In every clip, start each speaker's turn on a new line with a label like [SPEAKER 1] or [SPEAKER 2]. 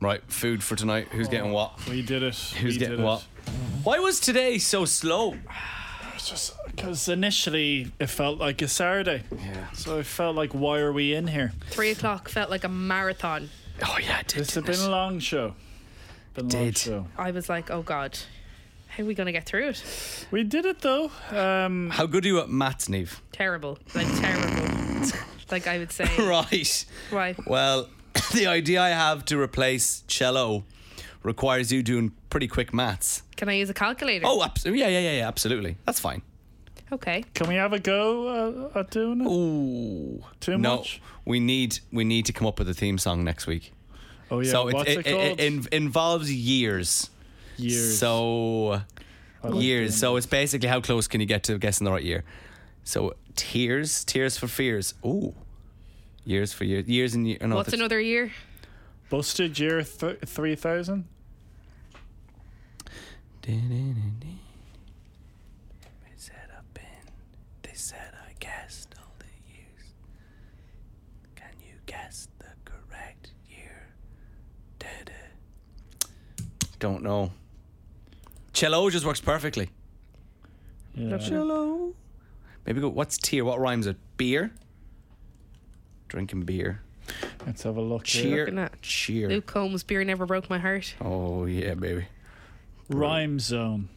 [SPEAKER 1] Right, food for tonight. Who's getting what?
[SPEAKER 2] We did it.
[SPEAKER 1] Who's
[SPEAKER 2] we Oh, did
[SPEAKER 1] getting
[SPEAKER 2] it.
[SPEAKER 1] what? Why was today so slow?
[SPEAKER 2] Because initially it felt like a Saturday. Yeah. So it felt like, why are we in here?
[SPEAKER 3] Three o'clock felt like a marathon.
[SPEAKER 1] Oh yeah, it did.
[SPEAKER 2] It's a
[SPEAKER 1] didn't
[SPEAKER 2] been a
[SPEAKER 1] it?
[SPEAKER 2] long show. Been a long
[SPEAKER 1] Did.
[SPEAKER 2] show.
[SPEAKER 3] I was like, oh God, how are we going to get through it?
[SPEAKER 2] We did it though. Um,
[SPEAKER 1] How good are you at maths, Neve?
[SPEAKER 3] Terrible. Like, terrible. like, I would say.
[SPEAKER 1] Right.
[SPEAKER 3] Why?
[SPEAKER 1] Well, the idea I have to replace cello requires you doing pretty quick maths.
[SPEAKER 3] Can I use a calculator?
[SPEAKER 1] Oh, abs- yeah, yeah, yeah, yeah, absolutely. That's fine.
[SPEAKER 3] Okay.
[SPEAKER 2] can we have a go uh, at doing it?
[SPEAKER 1] Ooh,
[SPEAKER 2] Too
[SPEAKER 1] no,
[SPEAKER 2] much?
[SPEAKER 1] we need we need to come up with a theme song next week.
[SPEAKER 2] Oh yeah.
[SPEAKER 1] so
[SPEAKER 2] What's
[SPEAKER 1] it,
[SPEAKER 2] it,
[SPEAKER 1] it,
[SPEAKER 2] called?
[SPEAKER 1] it, in- involves years.
[SPEAKER 2] Years.
[SPEAKER 1] So years. So it's basically how close can you get to guessing the right year? So tears, tears for fears. Ooh, years for years, years and years. No,
[SPEAKER 3] What's
[SPEAKER 1] that's-
[SPEAKER 3] another year?
[SPEAKER 2] Busted year th- three thousand.
[SPEAKER 1] They said I guessed all the years. Can you guess the correct year? Don't know. Cello just works perfectly.
[SPEAKER 2] Yeah.
[SPEAKER 1] Cello. Maybe go. What's tier? What rhymes with beer? Drinking beer.
[SPEAKER 2] Let's have a look. here.
[SPEAKER 3] Looking
[SPEAKER 1] Cheer.
[SPEAKER 3] at
[SPEAKER 1] Cheer.
[SPEAKER 3] Luke Combs' beer never broke my heart.
[SPEAKER 1] Oh yeah, baby.
[SPEAKER 2] Rhyme zone.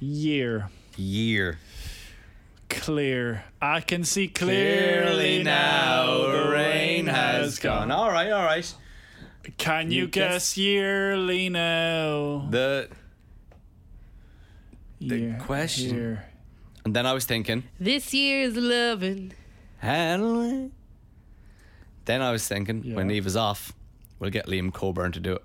[SPEAKER 2] Year.
[SPEAKER 1] Year.
[SPEAKER 2] Clear. I can see
[SPEAKER 1] Clearly now the rain has gone. All right, all right.
[SPEAKER 2] Can you,
[SPEAKER 1] You
[SPEAKER 2] guess,
[SPEAKER 1] guess-
[SPEAKER 2] yearly now?
[SPEAKER 1] The
[SPEAKER 2] the
[SPEAKER 1] question. and then I was thinking.
[SPEAKER 3] This year's loving.
[SPEAKER 1] Hanley. Then I was thinking, when
[SPEAKER 2] Yeah.
[SPEAKER 1] Eve is off, we'll get Liam Coburn to do it.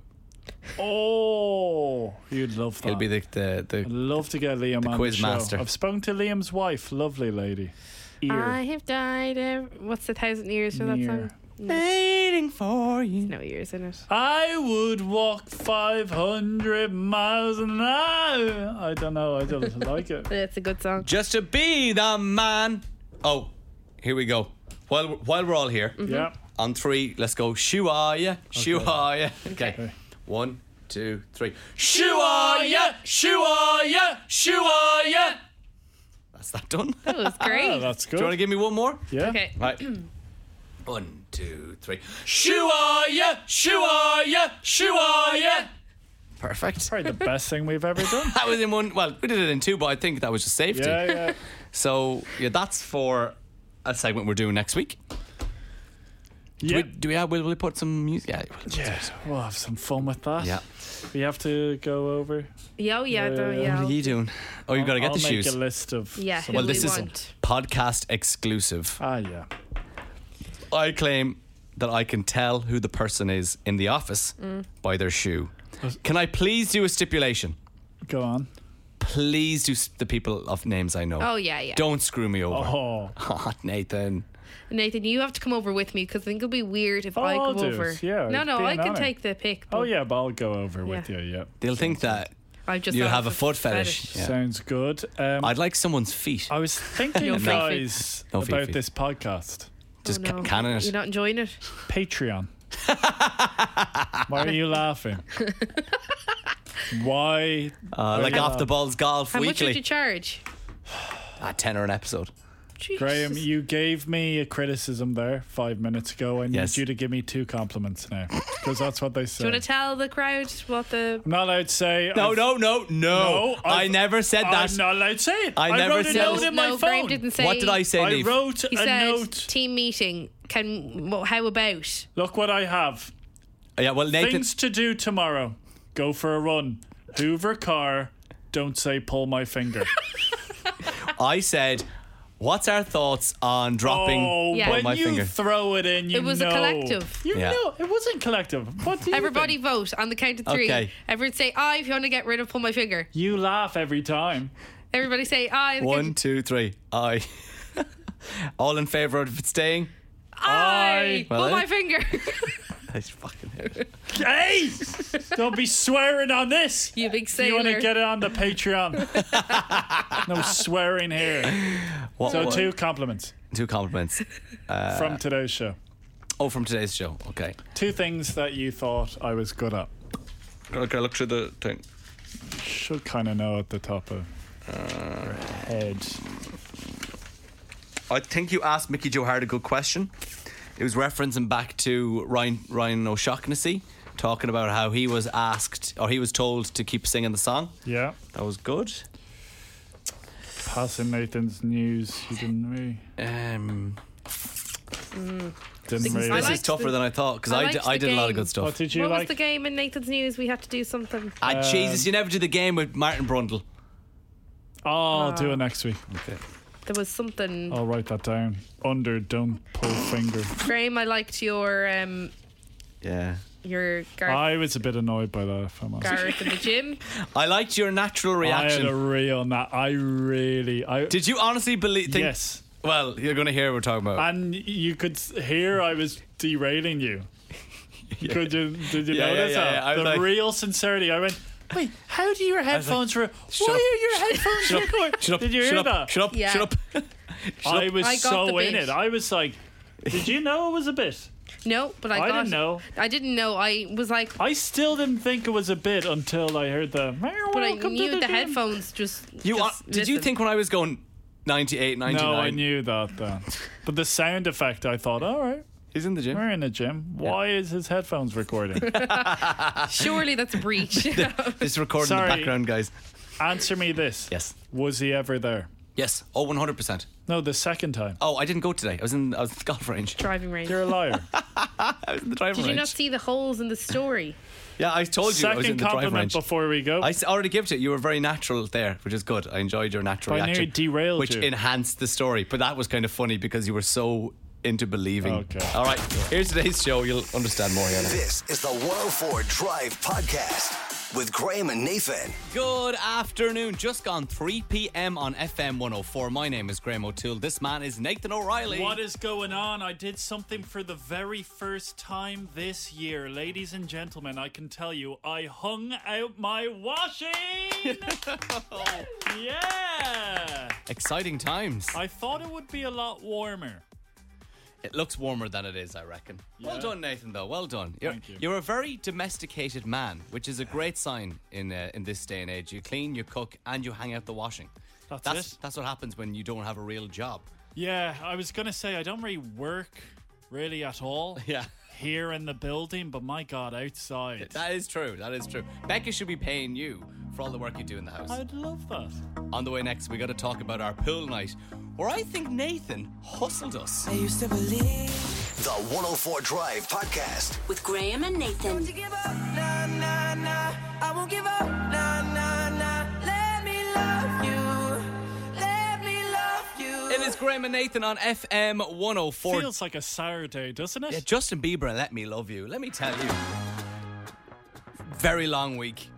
[SPEAKER 2] Oh, you'd love that.
[SPEAKER 1] He'll be the the,
[SPEAKER 2] I'd
[SPEAKER 1] the
[SPEAKER 2] love to get Liam on
[SPEAKER 1] quiz
[SPEAKER 2] the show.
[SPEAKER 1] master.
[SPEAKER 2] I've spoken to Liam's wife, lovely lady. Ear.
[SPEAKER 3] I have died. ev- What's the thousand years for that
[SPEAKER 2] Year.
[SPEAKER 3] song? No,
[SPEAKER 1] waiting for you.
[SPEAKER 3] no years in it.
[SPEAKER 2] I would walk 500 miles an hour. I don't know. I don't like it.
[SPEAKER 3] It's a good song.
[SPEAKER 1] Just to be the man. Oh, here we go. While while we're all here,
[SPEAKER 2] Yeah.
[SPEAKER 1] on three, let's go. Shoo are ya? Shoo are ya? Okay.
[SPEAKER 2] Okay.
[SPEAKER 1] One, two, three. Shoo are ya? Shoo are ya? Shoo are ya? That's that done. Do
[SPEAKER 3] That was great.
[SPEAKER 2] Oh, that's
[SPEAKER 1] you want to
[SPEAKER 2] good.
[SPEAKER 1] give me one more?
[SPEAKER 2] Yeah.
[SPEAKER 3] okay.
[SPEAKER 1] Right. One, two, three. Shoo are ya? Shoo are ya? Shoo are ya? Perfect.
[SPEAKER 2] Probably the best thing we've ever done.
[SPEAKER 1] That was in one. Well, we did it in two, but I think that was just safety.
[SPEAKER 2] Yeah, yeah.
[SPEAKER 1] So yeah, that's for a segment we're doing next week. Do
[SPEAKER 2] Yeah.
[SPEAKER 1] we, do we have? Will we put some music? Yeah. we'll-
[SPEAKER 2] yeah. We'll have some fun with that.
[SPEAKER 1] Yeah.
[SPEAKER 2] We have to go over.
[SPEAKER 3] Yo, yeah,
[SPEAKER 2] Yeah,
[SPEAKER 3] though,
[SPEAKER 2] yeah,
[SPEAKER 3] yeah.
[SPEAKER 1] What are you doing? Oh, you got to get
[SPEAKER 2] I'll
[SPEAKER 1] the
[SPEAKER 2] make
[SPEAKER 1] shoes.
[SPEAKER 2] a list of.
[SPEAKER 3] Yeah,
[SPEAKER 2] some-
[SPEAKER 3] who
[SPEAKER 1] Well, this
[SPEAKER 3] we
[SPEAKER 1] is
[SPEAKER 3] want.
[SPEAKER 1] podcast exclusive.
[SPEAKER 2] Ah, yeah.
[SPEAKER 1] I claim that I can tell who the person is in the office by their shoe. Can I please do a stipulation?
[SPEAKER 2] Go on.
[SPEAKER 1] Please do s- the people of names I know.
[SPEAKER 3] Oh yeah, yeah.
[SPEAKER 1] Don't screw me over.
[SPEAKER 2] Oh,
[SPEAKER 1] Nathan.
[SPEAKER 3] Nathan, you have to come over with me because I think it'll be weird if I
[SPEAKER 2] I'll
[SPEAKER 3] come
[SPEAKER 2] do it,
[SPEAKER 3] over.
[SPEAKER 2] yeah,
[SPEAKER 3] no,
[SPEAKER 2] it's
[SPEAKER 3] no,
[SPEAKER 2] being
[SPEAKER 3] I can
[SPEAKER 2] honoured.
[SPEAKER 3] take the pick.
[SPEAKER 2] oh
[SPEAKER 3] but
[SPEAKER 2] yeah, but I'll go over with
[SPEAKER 3] Yeah.
[SPEAKER 2] you. Yeah,
[SPEAKER 1] They'll think that
[SPEAKER 3] I just
[SPEAKER 1] you'll
[SPEAKER 3] thought
[SPEAKER 1] have a
[SPEAKER 3] of
[SPEAKER 1] foot fetish. Yeah.
[SPEAKER 2] sounds good. Um,
[SPEAKER 1] I'd like someone's feet.
[SPEAKER 2] I was thinking,
[SPEAKER 3] No,
[SPEAKER 2] guys,
[SPEAKER 1] No,
[SPEAKER 2] about
[SPEAKER 1] Fifi.
[SPEAKER 2] this podcast,
[SPEAKER 1] Just
[SPEAKER 3] Oh,
[SPEAKER 1] ca-
[SPEAKER 3] no.
[SPEAKER 1] cannon it.
[SPEAKER 3] You're not enjoying it.
[SPEAKER 2] Patreon. Why are you laughing? Why?
[SPEAKER 1] Uh, like
[SPEAKER 2] yeah.
[SPEAKER 1] off the balls golf
[SPEAKER 3] How much
[SPEAKER 1] weekly.
[SPEAKER 3] would you charge?
[SPEAKER 1] ah, ten or an episode.
[SPEAKER 3] Jesus.
[SPEAKER 2] Graham, you gave me a criticism there five minutes ago. I need
[SPEAKER 1] Yes.
[SPEAKER 2] you to give me two compliments now because that's what they say.
[SPEAKER 3] Do you want to tell the crowd what the?
[SPEAKER 2] I'm not allowed to say.
[SPEAKER 1] No,
[SPEAKER 2] I've-
[SPEAKER 1] Oh, no, no, no.
[SPEAKER 2] No,
[SPEAKER 1] I
[SPEAKER 2] I've-
[SPEAKER 1] never said that.
[SPEAKER 2] I'm not allowed to say it.
[SPEAKER 1] I never
[SPEAKER 2] wrote a
[SPEAKER 1] said
[SPEAKER 2] note
[SPEAKER 1] it.
[SPEAKER 2] in my
[SPEAKER 3] no, Graham
[SPEAKER 2] phone.
[SPEAKER 3] didn't say.
[SPEAKER 1] what did I say,
[SPEAKER 2] I
[SPEAKER 1] Neve?
[SPEAKER 2] wrote
[SPEAKER 3] He
[SPEAKER 2] a
[SPEAKER 3] said
[SPEAKER 2] note.
[SPEAKER 3] team meeting. Can well, how about?
[SPEAKER 2] Look what I have.
[SPEAKER 1] yeah, well, Nathan.
[SPEAKER 2] Things to do tomorrow. Go for a run. Hoover car. Don't say pull my finger.
[SPEAKER 1] I said, "What's our thoughts on dropping?"
[SPEAKER 2] Oh,
[SPEAKER 3] Yeah.
[SPEAKER 2] when
[SPEAKER 1] my
[SPEAKER 2] you
[SPEAKER 1] finger.
[SPEAKER 2] throw it in, you
[SPEAKER 3] It was a
[SPEAKER 2] know.
[SPEAKER 3] collective.
[SPEAKER 2] You
[SPEAKER 1] Yeah.
[SPEAKER 2] know, it wasn't collective. What do you
[SPEAKER 3] Everybody
[SPEAKER 2] think?
[SPEAKER 3] vote on the count of three.
[SPEAKER 1] Okay.
[SPEAKER 3] Everyone say aye if you want to get rid of. Pull my finger.
[SPEAKER 2] You laugh every time.
[SPEAKER 3] Everybody say aye. on the count
[SPEAKER 1] One,
[SPEAKER 3] of-
[SPEAKER 1] two, three. I. All in favour of it staying?
[SPEAKER 3] aye.
[SPEAKER 2] Aye.
[SPEAKER 3] Pull
[SPEAKER 1] Well,
[SPEAKER 3] my
[SPEAKER 1] eh?
[SPEAKER 3] finger.
[SPEAKER 1] I fucking hate it.
[SPEAKER 2] Hey, don't be swearing on this.
[SPEAKER 3] you big
[SPEAKER 2] You
[SPEAKER 3] sailor.
[SPEAKER 2] want to get it on the Patreon? no swearing here.
[SPEAKER 1] What
[SPEAKER 2] So
[SPEAKER 1] was-
[SPEAKER 2] two compliments
[SPEAKER 1] two compliments.
[SPEAKER 2] from today's show.
[SPEAKER 1] Oh, from today's show. Okay.
[SPEAKER 2] Two things that you thought I was good at.
[SPEAKER 1] Can I, can I look through the thing?
[SPEAKER 2] Should kind of know at the top of
[SPEAKER 1] uh,
[SPEAKER 2] your head.
[SPEAKER 1] I think you asked Mickey Joe Hart a good question. It was referencing back to Ryan Ryan O'Shaughnessy talking about how he was asked or he was told to keep singing the song.
[SPEAKER 2] Yeah.
[SPEAKER 1] That was good.
[SPEAKER 2] Passing Nathan's news. You didn't really.
[SPEAKER 1] Um,
[SPEAKER 2] Didn't
[SPEAKER 3] This
[SPEAKER 2] really.
[SPEAKER 3] I
[SPEAKER 1] this is
[SPEAKER 3] liked
[SPEAKER 1] tougher
[SPEAKER 3] the-
[SPEAKER 1] than I thought because
[SPEAKER 3] I
[SPEAKER 1] I, d-
[SPEAKER 3] liked
[SPEAKER 1] I
[SPEAKER 3] the
[SPEAKER 1] did a lot of
[SPEAKER 3] game.
[SPEAKER 1] good
[SPEAKER 2] what
[SPEAKER 1] stuff.
[SPEAKER 2] did you
[SPEAKER 3] What
[SPEAKER 2] like?
[SPEAKER 3] was the game in Nathan's News? We had to do something.
[SPEAKER 1] Ah,
[SPEAKER 3] um,
[SPEAKER 1] Jesus, you never did the game with Martin Brundle.
[SPEAKER 2] Oh, I'll
[SPEAKER 3] Ah.
[SPEAKER 2] do it next week.
[SPEAKER 1] Okay.
[SPEAKER 3] There was
[SPEAKER 1] Oh.
[SPEAKER 3] something.
[SPEAKER 2] I'll write that down. Under, don't pull finger.
[SPEAKER 3] Graham, I liked your um
[SPEAKER 1] Yeah.
[SPEAKER 3] your Gareth,
[SPEAKER 2] I was a bit annoyed by that, if I'm honest.
[SPEAKER 3] Gareth in the gym.
[SPEAKER 1] I liked your natural
[SPEAKER 3] Oh,
[SPEAKER 2] I had
[SPEAKER 1] reaction.
[SPEAKER 2] a real na- I really. I
[SPEAKER 1] did you honestly believe? Think,
[SPEAKER 2] yes,
[SPEAKER 1] Well, you're going to hear what we're talking about.
[SPEAKER 2] and you could s- hear I was derailing you. Could you? Did you
[SPEAKER 1] Yeah, yeah,
[SPEAKER 2] notice
[SPEAKER 1] yeah,
[SPEAKER 2] that?
[SPEAKER 1] yeah. I was
[SPEAKER 2] The
[SPEAKER 1] like-
[SPEAKER 2] real sincerity. I went. Wait, how do your headphones? re-
[SPEAKER 1] "Shut
[SPEAKER 2] Why
[SPEAKER 1] up,
[SPEAKER 2] are your headphones
[SPEAKER 1] shut up,
[SPEAKER 2] recording?
[SPEAKER 1] shut up.
[SPEAKER 2] Did you
[SPEAKER 1] shut
[SPEAKER 2] hear
[SPEAKER 1] up,
[SPEAKER 2] that?
[SPEAKER 1] Shut up.
[SPEAKER 3] Yeah.
[SPEAKER 1] Shut up.
[SPEAKER 2] I was
[SPEAKER 3] I got the
[SPEAKER 2] so in
[SPEAKER 3] bit.
[SPEAKER 2] it. I was like, did you know it was a bit?
[SPEAKER 3] No, but I,
[SPEAKER 2] Oh, I
[SPEAKER 3] got
[SPEAKER 2] didn't
[SPEAKER 3] it.
[SPEAKER 2] know. Oh,
[SPEAKER 3] I didn't know. I was like,
[SPEAKER 2] I still didn't think it was a bit until I heard the.
[SPEAKER 3] but I
[SPEAKER 2] "Welcome to
[SPEAKER 3] knew the
[SPEAKER 2] gym."
[SPEAKER 3] headphones just.
[SPEAKER 1] You
[SPEAKER 3] just
[SPEAKER 1] are- did you
[SPEAKER 3] listen.
[SPEAKER 1] think when I was going 98, 99?
[SPEAKER 2] No, I knew that then. But the sound effect, I thought, all right,
[SPEAKER 1] He's in the gym.
[SPEAKER 2] we're in a gym. Why is his headphones recording?
[SPEAKER 3] Surely that's a breach.
[SPEAKER 1] It's recording
[SPEAKER 2] Sorry.
[SPEAKER 1] the background, guys.
[SPEAKER 2] Answer me this.
[SPEAKER 1] Yes.
[SPEAKER 2] Was he ever there?
[SPEAKER 1] Yes. Oh, 100%.
[SPEAKER 2] No, the second time.
[SPEAKER 1] Oh, I didn't go today. I was in I was at the golf range.
[SPEAKER 3] Driving range.
[SPEAKER 2] You're a liar.
[SPEAKER 1] I was in the driving
[SPEAKER 3] Did you
[SPEAKER 1] range.
[SPEAKER 3] not see the holes in the story?
[SPEAKER 1] yeah, I told you I was in
[SPEAKER 2] second
[SPEAKER 1] the driving
[SPEAKER 2] compliment
[SPEAKER 1] range.
[SPEAKER 2] before we go.
[SPEAKER 1] I s- already gave it to you. You were very natural there, which is good. I enjoyed your natural
[SPEAKER 2] I
[SPEAKER 1] reaction.
[SPEAKER 2] nearly derailed
[SPEAKER 1] Which
[SPEAKER 2] you.
[SPEAKER 1] enhanced the story. But that was kind of funny because you were so into believing.
[SPEAKER 2] Okay.
[SPEAKER 1] All right. Here's today's show. You'll understand more, Yana.
[SPEAKER 4] This is the 104 Drive Podcast with Graham and Nathan.
[SPEAKER 1] Good afternoon. Just gone 3 p.m. on FM 104. My name is Graham O'Toole. This man is Nathan O'Reilly.
[SPEAKER 2] What is going on? I did something for the very first time this year. Ladies and gentlemen, I can tell you, I hung out my washing! yeah!
[SPEAKER 1] Exciting times.
[SPEAKER 2] I thought it would be a lot warmer.
[SPEAKER 1] It looks warmer than it is, I reckon. Well
[SPEAKER 2] Yeah.
[SPEAKER 1] done, Nathan. Though, well done. You're,
[SPEAKER 2] Thank you.
[SPEAKER 1] are a very domesticated man, which is a great sign in uh, in this day and age. You clean, you cook, and you hang out the washing.
[SPEAKER 2] That's
[SPEAKER 1] that's,
[SPEAKER 2] it.
[SPEAKER 1] that's what happens when you don't have a real job.
[SPEAKER 2] Yeah, I was gonna say I don't really work really at all.
[SPEAKER 1] Yeah.
[SPEAKER 2] Here in the building, but my god, outside.
[SPEAKER 1] That is true. That is true. Becca should be paying you for all the work you do in the house.
[SPEAKER 2] I'd love that.
[SPEAKER 1] On the way next, we got to talk about our pool night, where I think Nathan hustled us.
[SPEAKER 5] I used to believe
[SPEAKER 4] The 104 Drive Podcast.
[SPEAKER 6] with Graham and Nathan.
[SPEAKER 5] to give up. Nah, nah, nah. I won't give up. Nah, nah, nah. Let me love you. Let me love you.
[SPEAKER 1] It is Graham and Nathan on FM 104.
[SPEAKER 2] Feels like a Saturday, doesn't it?
[SPEAKER 1] Yeah, Justin Bieber and Let Me Love You. Let me tell you. Very long week.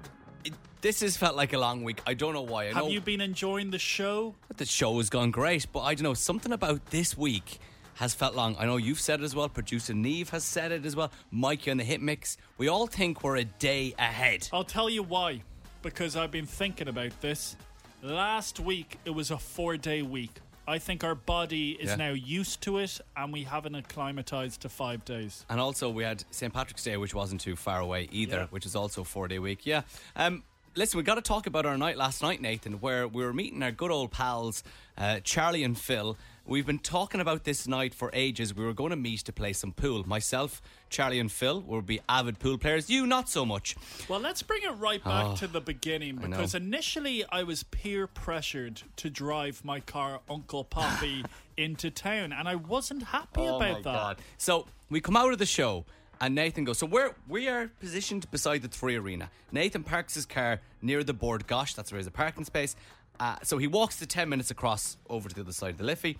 [SPEAKER 1] It, this has felt like a long week. I don't know why. I
[SPEAKER 2] Have
[SPEAKER 1] know
[SPEAKER 2] you been enjoying the show?
[SPEAKER 1] that the show has gone great, but I don't know. Something about this week has felt long. I know you've said it as well. Producer Neve has said it as well. Mikey on the Hit Mix. We all think we're a day ahead.
[SPEAKER 2] I'll tell you why. Because I've been thinking about this. Last week, it was a four day week. I think our body is
[SPEAKER 1] Yeah.
[SPEAKER 2] now used to it and we haven't acclimatized to five days.
[SPEAKER 1] And also, we had St. Patrick's Day, which wasn't too far away either,
[SPEAKER 2] Yeah.
[SPEAKER 1] which is also a four day week. Yeah. Um, listen, we got to talk about our night last night, Nathan, where we were meeting our good old pals, uh, Charlie and Phil. We've been talking about this night for ages. We were going to meet to play some pool. Myself, Charlie, and Phil will be avid pool players. You, not so much.
[SPEAKER 2] Well, let's bring it right back to the beginning
[SPEAKER 1] Ah, know.
[SPEAKER 2] because initially I was peer pressured to drive my car Uncle Poppy into town and I wasn't happy
[SPEAKER 1] Oh
[SPEAKER 2] about that.
[SPEAKER 1] So we come out of the show, and Nathan goes. So we're we are positioned beside the three arena. Nathan parks his car near the board. Gosh, that's where there's a parking space. Uh, so he walks the ten minutes across over to the other side of the Liffey,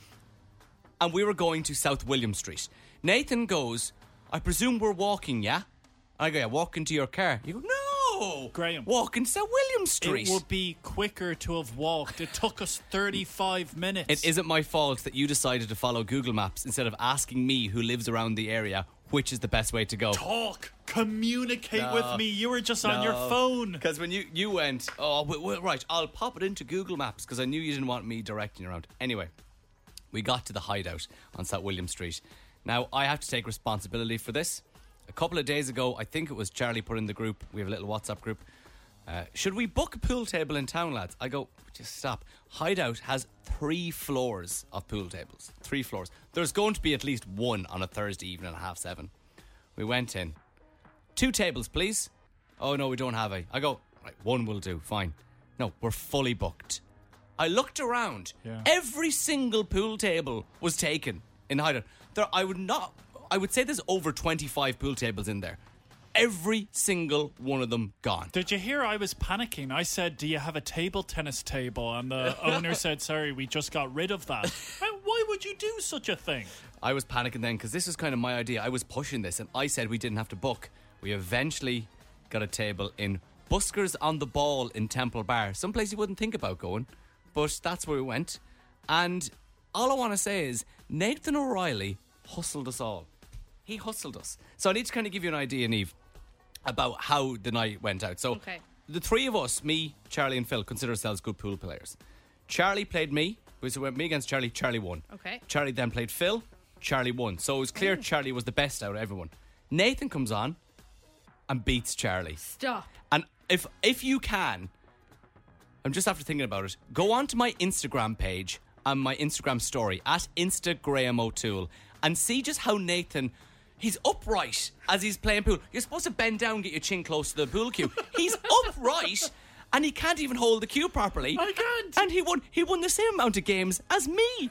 [SPEAKER 1] and we were going to South William Street. Nathan goes. I presume we're walking, yeah. And I go, yeah, walk into your car. You go, no,
[SPEAKER 2] Graham.
[SPEAKER 1] walk into South William Street.
[SPEAKER 2] It would be quicker to have walked. It took us 35 minutes.
[SPEAKER 1] It isn't my fault that you decided to follow Google Maps instead of asking me, who lives around the area, which is the best way to go.
[SPEAKER 2] Talk, communicate with me. You were just on your
[SPEAKER 1] No.
[SPEAKER 2] phone.
[SPEAKER 1] Because when you you went, oh w- w- right, I'll pop it into Google Maps because I knew you didn't want me directing you around. Anyway, we got to the hideout on South William Street. Now, I have to take responsibility for this. A couple of days ago, I think it was Charlie put in the group, we have a little WhatsApp group. Uh, should we book a pool table in town, lads? I go, just stop. Hideout has three floors of pool tables. Three floors. There's going to be at least one on a Thursday evening at half seven. We went in. Two tables, please. Oh, no, we don't have a. I go, right, one will do. Fine. No, we're fully booked. I looked around.
[SPEAKER 2] Yeah.
[SPEAKER 1] Every single pool table was taken in Hyder. There, I would not. I would say there's over 25 pool tables in there. Every single one of them gone.
[SPEAKER 2] Did you hear I was panicking? I said, Do you have a table tennis table? And the owner said, Sorry, we just got rid of that. Well, Why would you do such a thing?
[SPEAKER 1] I was panicking then because this was kind of my idea. I was pushing this, and I said we didn't have to book. We eventually got a table in Buskers on the Ball in Temple Bar, someplace you wouldn't think about going, but that's where we went. And all I want to say is Nathan O'Reilly hustled us all. He hustled us. So I need to kind of give you an idea, Neve, about how the night went out. So
[SPEAKER 3] Okay.
[SPEAKER 1] the three of us, me, Charlie, and Phil, consider ourselves good pool players. Charlie played me, which went me against Charlie. Charlie won.
[SPEAKER 3] Okay.
[SPEAKER 1] Charlie then played Phil. Charlie won. So it was clear Charlie was the best out of everyone. Nathan comes on and beats Charlie.
[SPEAKER 3] Stop.
[SPEAKER 1] And if if you can, I'm just after thinking about it. Go on to my Instagram page and my Instagram story at Instagram O'Toole and see just how Nathan. He's upright as he's playing pool. You're supposed to bend down, get your chin close to the pool cue. He's upright, and he can't even hold the cue properly.
[SPEAKER 2] I can't.
[SPEAKER 1] And he won. He won the same amount of games as me. he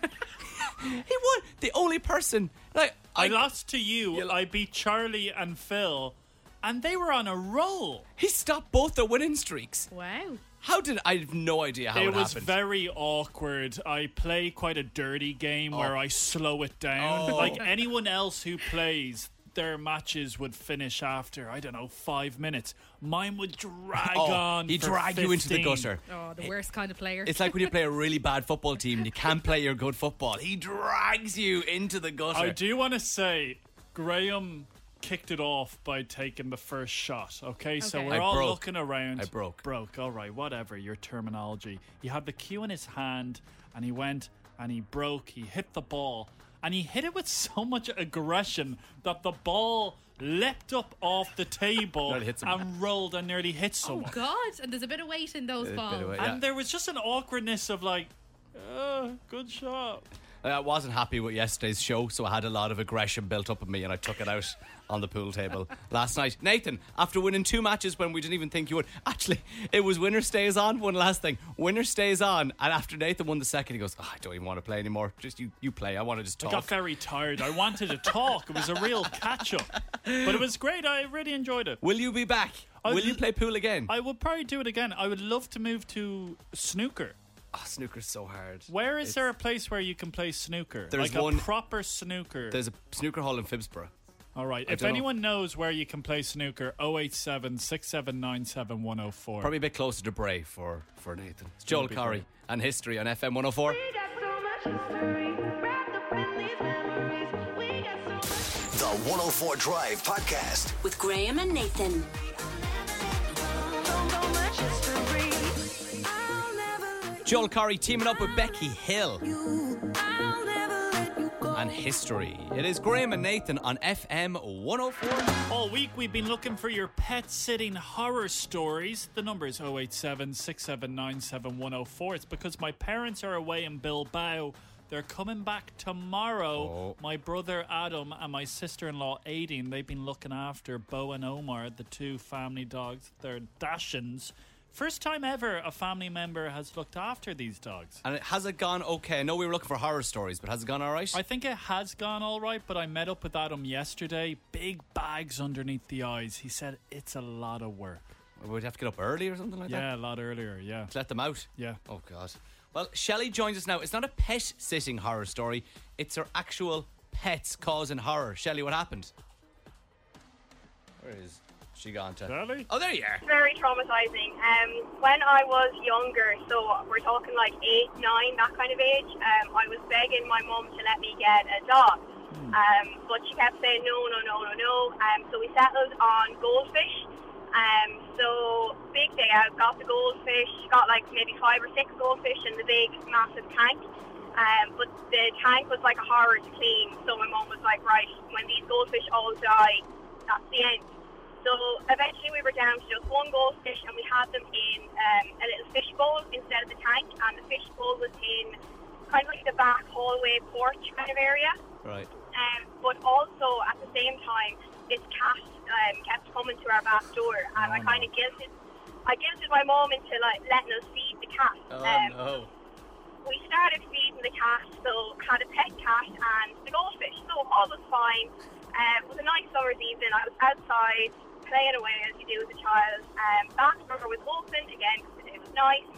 [SPEAKER 1] won. The only person like
[SPEAKER 2] I lost to you. I beat Charlie and Phil, and they were on a roll.
[SPEAKER 1] He stopped both their winning streaks.
[SPEAKER 3] Wow.
[SPEAKER 1] How did I have no idea how it,
[SPEAKER 2] it was
[SPEAKER 1] happened?
[SPEAKER 2] very awkward. I play quite a dirty game where I slow it down.
[SPEAKER 1] Oh.
[SPEAKER 2] Like anyone else who plays, their matches would finish after I don't know five minutes. Mine would drag on.
[SPEAKER 1] Oh, he
[SPEAKER 2] for
[SPEAKER 1] dragged you into the
[SPEAKER 2] 15.
[SPEAKER 1] gutter.
[SPEAKER 3] Oh, the worst kind of player.
[SPEAKER 1] It's like when you play a really bad football team and you can't play your good football. He drags you into the gutter.
[SPEAKER 2] I do want to say, Graham kicked it off by taking the first shot. Okay, so
[SPEAKER 3] Okay.
[SPEAKER 2] we're
[SPEAKER 3] I
[SPEAKER 2] all
[SPEAKER 1] broke.
[SPEAKER 2] looking around.
[SPEAKER 1] I broke.
[SPEAKER 2] Broke. All right, whatever your terminology. He had the cue in his hand, and he went and he broke. He hit the ball, and he hit it with so much aggression that the ball leapt up off the table
[SPEAKER 1] Nearly hit someone.
[SPEAKER 2] and rolled and nearly hit
[SPEAKER 3] oh
[SPEAKER 2] someone.
[SPEAKER 3] God! And there's a bit of weight in those
[SPEAKER 1] bit of
[SPEAKER 3] balls.
[SPEAKER 1] weight.
[SPEAKER 2] and
[SPEAKER 1] Yeah.
[SPEAKER 2] there was just an awkwardness of like, uh, good shot.
[SPEAKER 1] I wasn't happy with yesterday's show, so I had a lot of aggression built up in me and I took it out on the pool table last night. Nathan, after winning two matches when we didn't even think you would, actually, it was winner stays on. One last thing winner stays on. And after Nathan won the second, he goes, "Oh, I don't even want to play anymore. Just you, you play. I want to just talk.
[SPEAKER 2] got very tired. I wanted to talk. It was a real catch up. But it was great. I really enjoyed it.
[SPEAKER 1] Will you be back?
[SPEAKER 2] I
[SPEAKER 1] Will you
[SPEAKER 2] l-
[SPEAKER 1] play pool again?
[SPEAKER 2] I would probably do it again. I would love to move to snooker.
[SPEAKER 1] oh, snooker's so hard.
[SPEAKER 2] Where is there a place where you can play snooker?
[SPEAKER 1] There's
[SPEAKER 2] like
[SPEAKER 1] one-
[SPEAKER 2] a proper snooker.
[SPEAKER 1] There's a snooker hall in Phibsborough.
[SPEAKER 2] All right.
[SPEAKER 1] I
[SPEAKER 2] If
[SPEAKER 1] don't know.
[SPEAKER 2] anyone knows where you can play snooker, 087 679 7104.
[SPEAKER 1] Probably a bit closer to Bray for, for Nathan. It's Joel
[SPEAKER 2] be
[SPEAKER 1] Corry
[SPEAKER 2] Bray.
[SPEAKER 1] and History on FM 104.
[SPEAKER 6] We got so much history wrapped up in these memories. We got so much.
[SPEAKER 4] The 104 Drive Podcast.
[SPEAKER 7] with Graham and Nathan.
[SPEAKER 6] So, so much history. I'll never let
[SPEAKER 1] Joel Corry teaming up with Becky Hill
[SPEAKER 6] you. I'll never let you go.
[SPEAKER 1] and History. It is Graham and Nathan on FM 104.
[SPEAKER 2] All week we've been looking for your pet sitting horror stories. The number is 087 679 7104. It's because my parents are away in Bilbao. They're coming back
[SPEAKER 1] Oh.
[SPEAKER 2] tomorrow. My brother Adam and my sister in law Aideen, they've been looking after Bo and Omar, the two family dogs. They're Dachshunds. First time ever a family member has looked after these dogs.
[SPEAKER 1] And it, has it gone okay? I know we were looking for horror stories, but has it gone all right?
[SPEAKER 2] I think it has gone all right, but I met up with Adam yesterday. Big bags underneath the eyes. He said it's a lot of work.
[SPEAKER 1] We'd have to get up early or something like that.
[SPEAKER 2] Yeah, a lot earlier. Yeah.
[SPEAKER 1] To let them out.
[SPEAKER 2] Yeah.
[SPEAKER 1] Oh, God. Well, Shelley joins us now. It's not a pet sitting horror story, it's her actual pets causing horror. Shelley, what happened? Where is she gone to?
[SPEAKER 2] Shelley?
[SPEAKER 1] Oh, there you are.
[SPEAKER 8] very traumatizing. Um, when I was younger, so we're talking like eight, nine, that kind of age, um, I was begging my mum to let me get a dog. Um, but she kept saying no, no, no, no, no. Um, so we settled on goldfish. Um, so big day out, got the goldfish, got like maybe five or six goldfish in the big massive tank. Um, but the tank was like a horror to clean, so my mum was like, right, when these goldfish all die, that's the end. So eventually we were down to just one goldfish, and we had them in um, a little fish bowl instead of the tank, and the fish bowl was in kind of like the back hallway porch kind of area.
[SPEAKER 1] Right.
[SPEAKER 8] Um, but also at the same time, this cat um, kept coming to our back door, and I kind of guilted, I guilted my mom into like letting us feed the cat.
[SPEAKER 1] Oh
[SPEAKER 8] Um,
[SPEAKER 1] no.
[SPEAKER 8] we started feeding the cat, so had a pet cat and the goldfish, so all was fine. Uh, it was a nice summer's evening. I was outside playing away as you do as a child. Um, back door was open again because it was nice,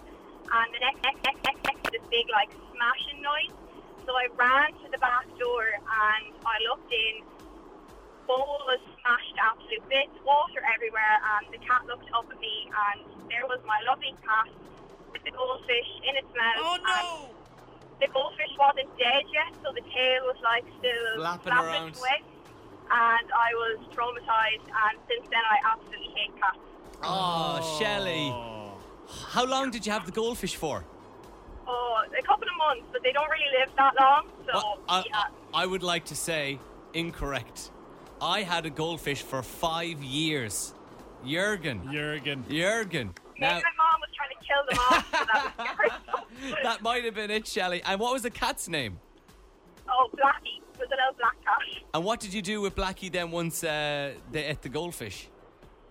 [SPEAKER 8] and the next, next, next, next, next, this big like smashing noise. So I ran to the back door and I looked in. Bowl was smashed to absolute bits, water everywhere, and the cat looked up at me, and there was my lovely cat with the goldfish in its mouth.
[SPEAKER 2] Oh
[SPEAKER 8] and
[SPEAKER 2] no!
[SPEAKER 8] the goldfish wasn't dead yet, so the tail was like still
[SPEAKER 1] Flapping around.
[SPEAKER 8] away. And I was traumatized, and since then I absolutely hate cats.
[SPEAKER 1] Oh, Shelley.
[SPEAKER 2] Oh.
[SPEAKER 1] How long did you have the goldfish for?
[SPEAKER 8] Oh, a couple of months, but they don't really live that long, so uh,
[SPEAKER 1] Well, I,
[SPEAKER 8] yeah.
[SPEAKER 1] I, I would like to say incorrect. I had a goldfish for five years. Jurgen.
[SPEAKER 2] Jurgen.
[SPEAKER 1] Jurgen. Now,
[SPEAKER 8] Maybe my mom was trying to kill them off, so that was scary.
[SPEAKER 1] that might have been it, Shelley. And what was the cat's name?
[SPEAKER 8] oh, Blackie was a little black cat.
[SPEAKER 1] And what did you do with Blackie then once uh, they ate the goldfish?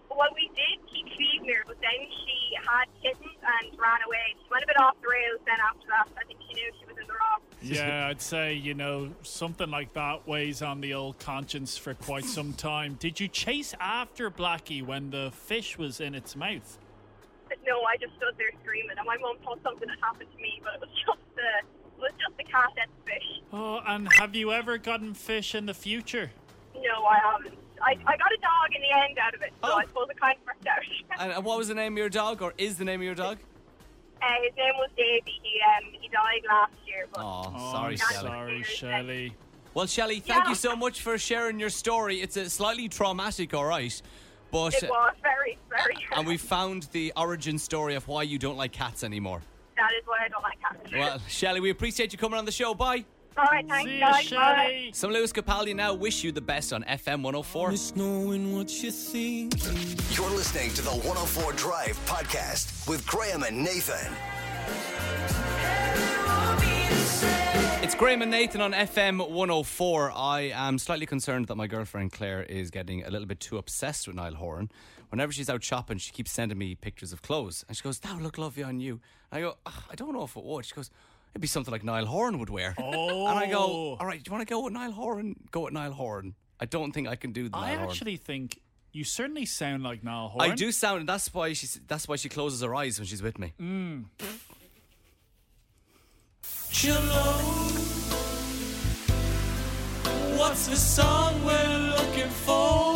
[SPEAKER 8] Well, we did keep feeding her, but then she had kittens and ran away. She went a bit off the rails then after that. I think she knew she was in the wrong.
[SPEAKER 2] Yeah, I'd say, you know, something like that weighs on the old conscience for quite some time. Did you chase after Blackie when the fish was in its mouth?
[SPEAKER 8] But no, I just stood there screaming, and my mum thought something had happened to me, but it was just the it was just the cat and the fish.
[SPEAKER 2] Oh, and have you ever gotten fish in the future?
[SPEAKER 8] No, I haven't. I, I got a dog in the end out of it, so
[SPEAKER 1] Oh.
[SPEAKER 8] I suppose it kind of worked out.
[SPEAKER 1] And, and what was the name of your dog, or is the name of your dog?
[SPEAKER 8] uh, his name was Davy. He um he died last year, but
[SPEAKER 1] Oh,
[SPEAKER 2] Oh,
[SPEAKER 1] sorry,
[SPEAKER 2] I'm
[SPEAKER 1] Shelley.
[SPEAKER 2] sorry, Shelley.
[SPEAKER 1] Well, Shelley, thank
[SPEAKER 8] Yeah.
[SPEAKER 1] you so much for sharing your story. It's a slightly traumatic, all right, but uh,
[SPEAKER 8] it was very very.
[SPEAKER 1] and we found the origin story of why you don't like cats anymore.
[SPEAKER 8] that is why I don't like cats.
[SPEAKER 1] Well, Shelley, we appreciate you coming on the show. Bye.
[SPEAKER 8] All right, thanks
[SPEAKER 2] See ya,
[SPEAKER 8] guys. Bye.
[SPEAKER 2] Shelley.
[SPEAKER 1] Some Lewis Capaldi now wish you the best on FM 104.
[SPEAKER 7] Miss knowing what you think.
[SPEAKER 4] You're listening to the 104 Drive Podcast with Graham and Nathan.
[SPEAKER 1] It's Graham and Nathan on FM 104. I am slightly concerned that my girlfriend Claire is getting a little bit too obsessed with Niall Horan. Whenever she's out shopping, she keeps sending me pictures of clothes and she goes, That would look lovely on you. And I go, "Ugh, I don't know if it would. She goes, It'd be something like Niall Horan would wear.
[SPEAKER 2] Oh.
[SPEAKER 1] And I go, All right, do you want to go with Niall Horan? Go with Niall Horan. I don't think I can do the
[SPEAKER 2] I
[SPEAKER 1] Niall Horan.
[SPEAKER 2] actually think you certainly sound like Niall Horan.
[SPEAKER 1] I do sound, that's why, she's, that's why she closes her eyes when she's with me.
[SPEAKER 7] Hello. What's the song we're looking for?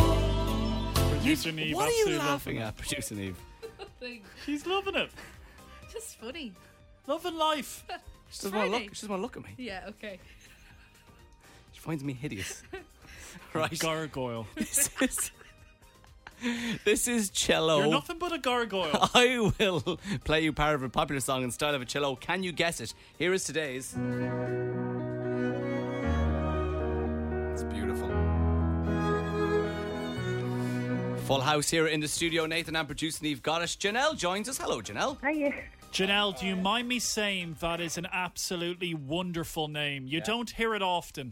[SPEAKER 2] Producer Neve
[SPEAKER 1] What are you
[SPEAKER 2] absolutely
[SPEAKER 1] laughing
[SPEAKER 2] loving it.
[SPEAKER 1] at, producer Eve?
[SPEAKER 3] Like,
[SPEAKER 2] She's loving it.
[SPEAKER 3] just funny.
[SPEAKER 2] Loving life.
[SPEAKER 1] She doesn't want to
[SPEAKER 3] Friday.
[SPEAKER 1] look. She doesn't want to look at me.
[SPEAKER 3] Yeah, okay.
[SPEAKER 1] She finds me hideous. right.
[SPEAKER 2] Gargoyle.
[SPEAKER 1] This is, this is cello.
[SPEAKER 2] You're nothing but a gargoyle.
[SPEAKER 1] I will play you part of a popular song in style of a cello. Can you guess it? Here is today's. It's beautiful. Full house here in the studio. Nathan and producer Neve Goddess. Janelle joins us. Hello, Janelle.
[SPEAKER 2] Janelle, do you mind me saying that is an absolutely wonderful name? You don't hear it often.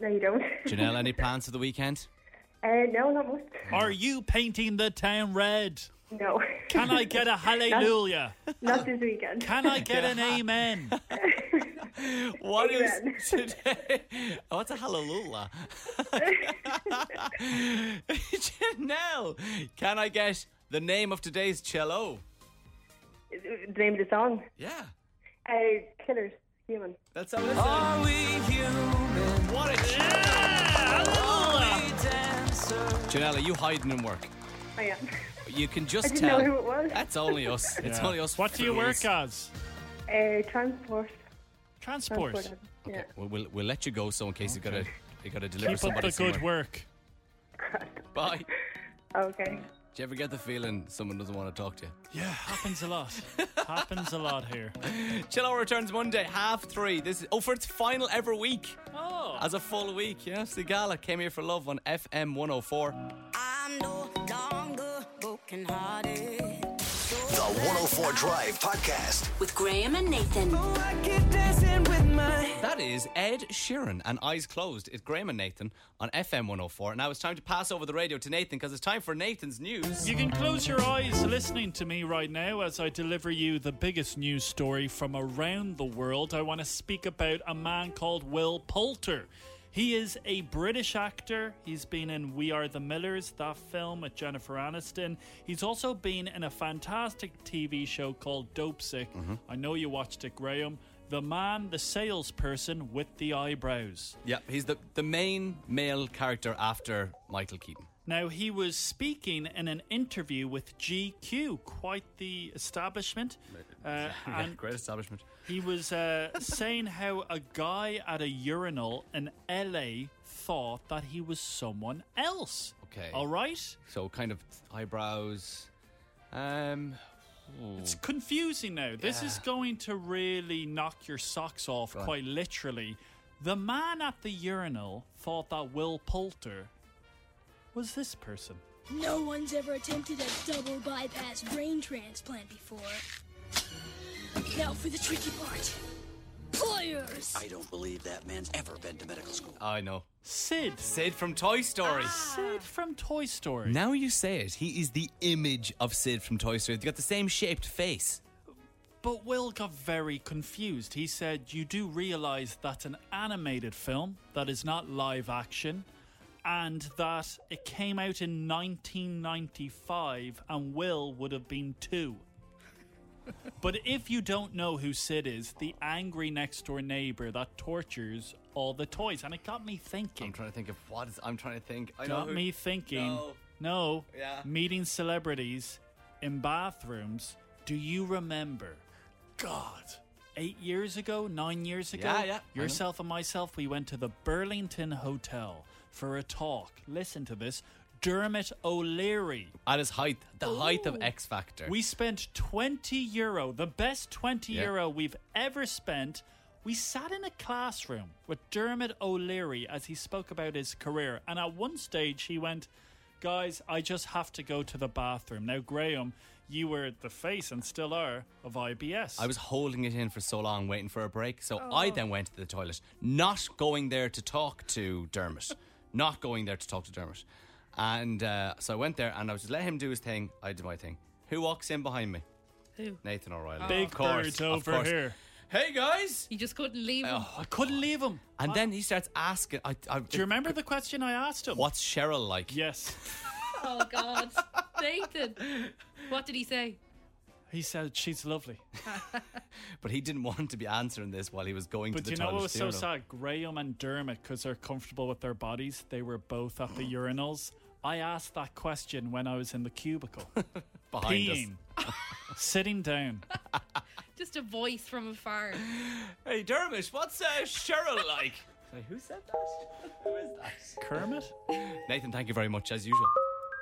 [SPEAKER 9] No, you don't.
[SPEAKER 1] Janelle, any plans for the weekend?
[SPEAKER 9] Uh, no, not much.
[SPEAKER 2] Are you painting the town red?
[SPEAKER 9] No,
[SPEAKER 2] Can I get a hallelujah?
[SPEAKER 9] not this weekend.
[SPEAKER 2] Can I get an amen?
[SPEAKER 1] What is
[SPEAKER 9] Amen.
[SPEAKER 1] today? Oh, it's a hallelujah. Janelle, can I get the name of today's cello?
[SPEAKER 9] The name of the song?
[SPEAKER 1] Yeah,
[SPEAKER 9] Uh, Killers, Human.
[SPEAKER 1] that's how it is. Are we human? What a cello. Janelle, are you hiding in work?
[SPEAKER 9] I am.
[SPEAKER 1] You can just
[SPEAKER 9] I didn't
[SPEAKER 1] tell.
[SPEAKER 9] know who it was.
[SPEAKER 1] That's only us. It's
[SPEAKER 2] Yeah.
[SPEAKER 1] only us.
[SPEAKER 2] What do you work as?
[SPEAKER 9] Uh, transport.
[SPEAKER 2] Transport.
[SPEAKER 9] Transport. Yeah.
[SPEAKER 1] We'll, we'll, we'll let you go. So in case you've got to you got to deliver
[SPEAKER 2] Keep up
[SPEAKER 1] somebody
[SPEAKER 2] the good
[SPEAKER 1] somewhere.
[SPEAKER 2] work.
[SPEAKER 1] Bye.
[SPEAKER 9] Okay.
[SPEAKER 1] Do you ever get the feeling someone doesn't want to talk to you?
[SPEAKER 2] Yeah, happens a lot. Happens a lot here.
[SPEAKER 1] Chill Out returns Monday, half three. This is, oh, for its final ever week.
[SPEAKER 2] Oh.
[SPEAKER 1] As a full week, yeah. Sigala came here for love on FM 104.
[SPEAKER 5] I'm no longer broken hearted.
[SPEAKER 4] The 104 Drive Podcast.
[SPEAKER 10] With Graham and Nathan.
[SPEAKER 5] Oh, I keep dancing with my.
[SPEAKER 1] That is Ed Sheeran and Eyes Closed. It's Graham and Nathan on FM 104. Now it's time to pass over the radio to Nathan because it's time for Nathan's news.
[SPEAKER 2] You can close your eyes listening to me right now as I deliver you the biggest news story from around the world. I want to speak about a man called Will Poulter. He is a British actor. He's been in We Are the Millers, that film with Jennifer Aniston. He's also been in a fantastic TV show called Dope Sick. I know you watched it, Graham. The man, the salesperson with the eyebrows.
[SPEAKER 1] Yep, he's the, the main male character after Michael Keaton.
[SPEAKER 2] Now, he was speaking in an interview with GQ, quite the establishment. Uh, and
[SPEAKER 1] Great establishment.
[SPEAKER 2] he was uh, saying how a guy at a urinal in LA thought that he was someone else.
[SPEAKER 1] Okay.
[SPEAKER 2] All right?
[SPEAKER 1] So kind of eyebrows. Um,
[SPEAKER 2] It's
[SPEAKER 1] Hmm.
[SPEAKER 2] confusing now. This is going to really knock your socks off, quite literally. The man at the urinal thought that Will Poulter was this person.
[SPEAKER 10] No one's ever attempted a double bypass brain transplant before. Now for the tricky part. Players!
[SPEAKER 4] I don't believe that man's ever been to medical school.
[SPEAKER 1] I know.
[SPEAKER 2] Sid.
[SPEAKER 1] Sid from Toy Story.
[SPEAKER 2] Sid from Toy Story.
[SPEAKER 1] Now you say it, he is the image of Sid from Toy Story. They've got the same shaped face.
[SPEAKER 2] But Will got very confused. He said, You do realize that's an animated film that is not live action, and that it came out in 1995, and Will would have been two. but if you don't know who Sid is, the angry next door neighbor that tortures all the toys, and it got me thinking.
[SPEAKER 1] I'm trying to think of what is. I'm trying to think. I know
[SPEAKER 2] got
[SPEAKER 1] who-
[SPEAKER 2] me thinking.
[SPEAKER 1] No.
[SPEAKER 2] no,
[SPEAKER 1] Yeah.
[SPEAKER 2] meeting celebrities in bathrooms. Do you remember? God, eight years ago, nine years ago,
[SPEAKER 1] Yeah, yeah, I know.
[SPEAKER 2] yourself and myself, we went to the Burlington Hotel for a talk. Listen to this. Dermot O'Leary.
[SPEAKER 1] At his height, the height of X Factor.
[SPEAKER 2] We spent 20 euro, the best 20
[SPEAKER 1] Yeah.
[SPEAKER 2] euro we've ever spent. We sat in a classroom with Dermot O'Leary as he spoke about his career. And at one stage, he went, Guys, I just have to go to the bathroom. Now, Graham, you were the face and still are of IBS.
[SPEAKER 1] I was holding it in for so long, waiting for a break. So I then went to the toilet, not going there to talk to Dermot, not going there to talk to Dermot. And uh, so I went there, and I was just let him do his thing. I did my thing. Who walks in behind me?
[SPEAKER 3] Who?
[SPEAKER 1] Nathan O'Reilly.
[SPEAKER 2] Big
[SPEAKER 1] of course,
[SPEAKER 2] bird
[SPEAKER 1] of
[SPEAKER 2] over
[SPEAKER 1] course.
[SPEAKER 2] here.
[SPEAKER 1] Hey guys!
[SPEAKER 3] You just couldn't leave him.
[SPEAKER 1] Oh.
[SPEAKER 2] I couldn't leave him.
[SPEAKER 1] And then he starts asking. I, I,
[SPEAKER 2] Do you remember the question I asked him?
[SPEAKER 1] What's Cheryl like?
[SPEAKER 2] Yes.
[SPEAKER 3] Oh, God. Nathan. What did he say?
[SPEAKER 2] He said, She's lovely.
[SPEAKER 1] But he didn't want to be answering this while he was going to
[SPEAKER 2] But
[SPEAKER 1] the
[SPEAKER 2] you know
[SPEAKER 1] toilet.
[SPEAKER 2] what was
[SPEAKER 1] Do
[SPEAKER 2] so
[SPEAKER 1] know?
[SPEAKER 2] sad? Graham and Dermot, because they're comfortable with their bodies, they were both at the urinals. I asked that question when I was in the cubicle,
[SPEAKER 1] Behind
[SPEAKER 2] peeing, sitting down.
[SPEAKER 3] Just a voice from afar.
[SPEAKER 1] us. Hey Dermot, what's uh, Cheryl like? Like, Who said that? Who is that?
[SPEAKER 2] Kermit,
[SPEAKER 1] Nathan, thank you very much as usual.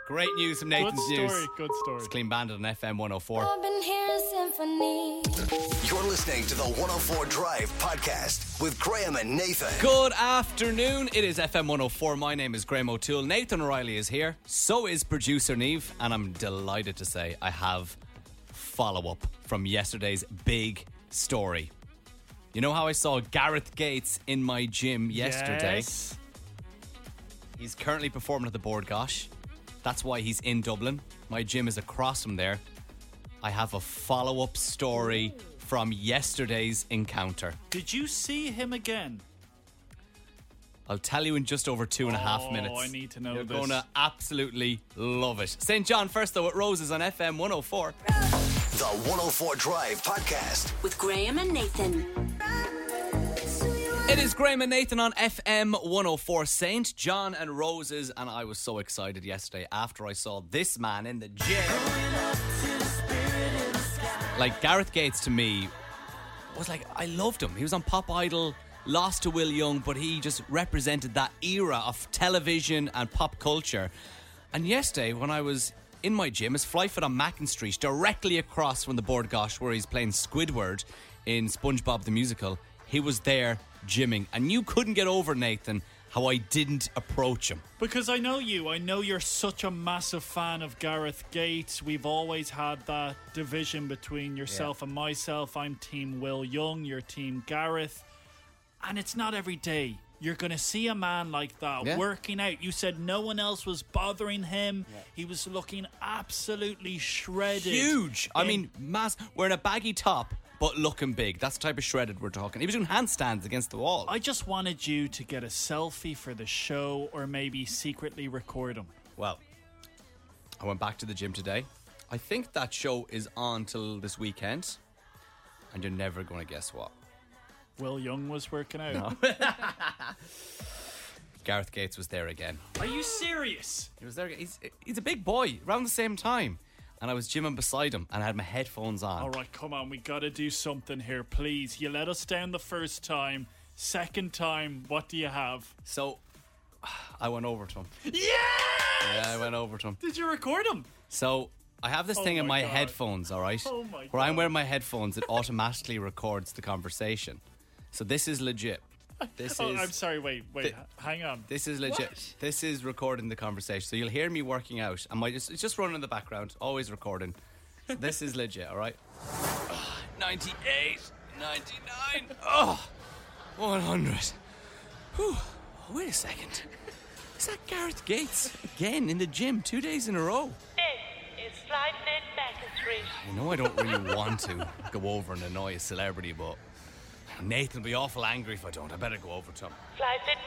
[SPEAKER 1] Great news from
[SPEAKER 2] good
[SPEAKER 1] Nathan's
[SPEAKER 2] story,
[SPEAKER 1] news.
[SPEAKER 2] good
[SPEAKER 1] It's
[SPEAKER 2] story.
[SPEAKER 1] Clean Bandit on FM 104.
[SPEAKER 10] I've been hearing symphony.
[SPEAKER 4] You're listening to the 104 Drive Podcast with Graham and Nathan.
[SPEAKER 1] Good afternoon. It is FM 104. My name is Graham O'Toole. Nathan O'Reilly is here. So is producer Neve. And I'm delighted to say I have follow up from yesterday's big story. You know how I saw Gareth Gates in my gym yesterday?
[SPEAKER 2] Yes.
[SPEAKER 1] He's currently performing at the Board Gosh. That's why he's in Dublin. My gym is across from there. I have a follow up story from yesterday's encounter.
[SPEAKER 2] Did you see him again?
[SPEAKER 1] I'll tell you in just over two and a half
[SPEAKER 2] Oh,
[SPEAKER 1] minutes.
[SPEAKER 2] I need to know
[SPEAKER 1] You're
[SPEAKER 2] this.
[SPEAKER 1] going to absolutely love it. St. John first, though, at Roses on FM 104.
[SPEAKER 4] The 104 Drive Podcast.
[SPEAKER 10] With Graham and Nathan.
[SPEAKER 1] It is Graham and Nathan on FM 104 St. oh John and Roses, and I was so excited yesterday after I saw this man in the gym. Like Gareth Gates to me was like I loved him. He was on Pop Idol, lost to Will Young, but he just represented that era of television and pop culture. And yesterday when I was in my gym is Flyfoot on Mackin Street, directly across from the board gosh where he's playing Squidward in SpongeBob the Musical. He was there gymming, and you couldn't get over, Nathan, how I didn't approach him.
[SPEAKER 2] Because I know you. I know you're such a massive fan of Gareth Gates. We've always had that division between yourself and myself. I'm Team Will Young, you're Team Gareth. And it's not every day you're going to see a man like that
[SPEAKER 1] Yeah.
[SPEAKER 2] working out. You said no one else was bothering him. He was looking absolutely shredded.
[SPEAKER 1] Huge! I
[SPEAKER 2] in-
[SPEAKER 1] mean, mass, wearing a baggy top, but looking big. That's the type of shredded we're talking. He was doing handstands against the wall.
[SPEAKER 2] I just wanted you to get a selfie for the show or maybe secretly record him.
[SPEAKER 1] Well, I went back to the gym today. I think that show is on till this weekend, and you're never going to guess what.
[SPEAKER 2] Will Young was working out.
[SPEAKER 1] Gareth Gates was there again.
[SPEAKER 2] Are you serious?
[SPEAKER 1] He was there. again. He's he's a big boy. Around the same time, and I was gymming beside him, and I had my headphones on.
[SPEAKER 2] All right, come on, we gotta do something here, please. You let us down the first time. Second time, what do you have?
[SPEAKER 1] So I went over to him.
[SPEAKER 2] Yeah!
[SPEAKER 1] Yeah, I went over to him.
[SPEAKER 2] Did you record him?
[SPEAKER 1] So I have this
[SPEAKER 2] Oh
[SPEAKER 1] thing in my
[SPEAKER 2] my God.
[SPEAKER 1] headphones, all right?
[SPEAKER 2] Oh my
[SPEAKER 1] Where I'm
[SPEAKER 2] God.
[SPEAKER 1] wearing my headphones, it automatically records the conversation. So this is legit. This
[SPEAKER 2] Oh,
[SPEAKER 1] is
[SPEAKER 2] I'm sorry. Wait, wait.
[SPEAKER 1] Thi-
[SPEAKER 2] hang on.
[SPEAKER 1] This is legit.
[SPEAKER 3] What?
[SPEAKER 1] This is recording the conversation. So you'll hear me working out. Am I just it's just running in the background, always recording. this is legit, all right? 98, 99, oh, 100. Whew. Wait a second. Is that Gareth Gates again in the gym two days in a row?
[SPEAKER 6] It's sliding in Mackin Street.
[SPEAKER 1] I know I don't really want to go over and annoy a celebrity, but Nathan'll be awful angry if I don't. I better go over to him.
[SPEAKER 6] Slides in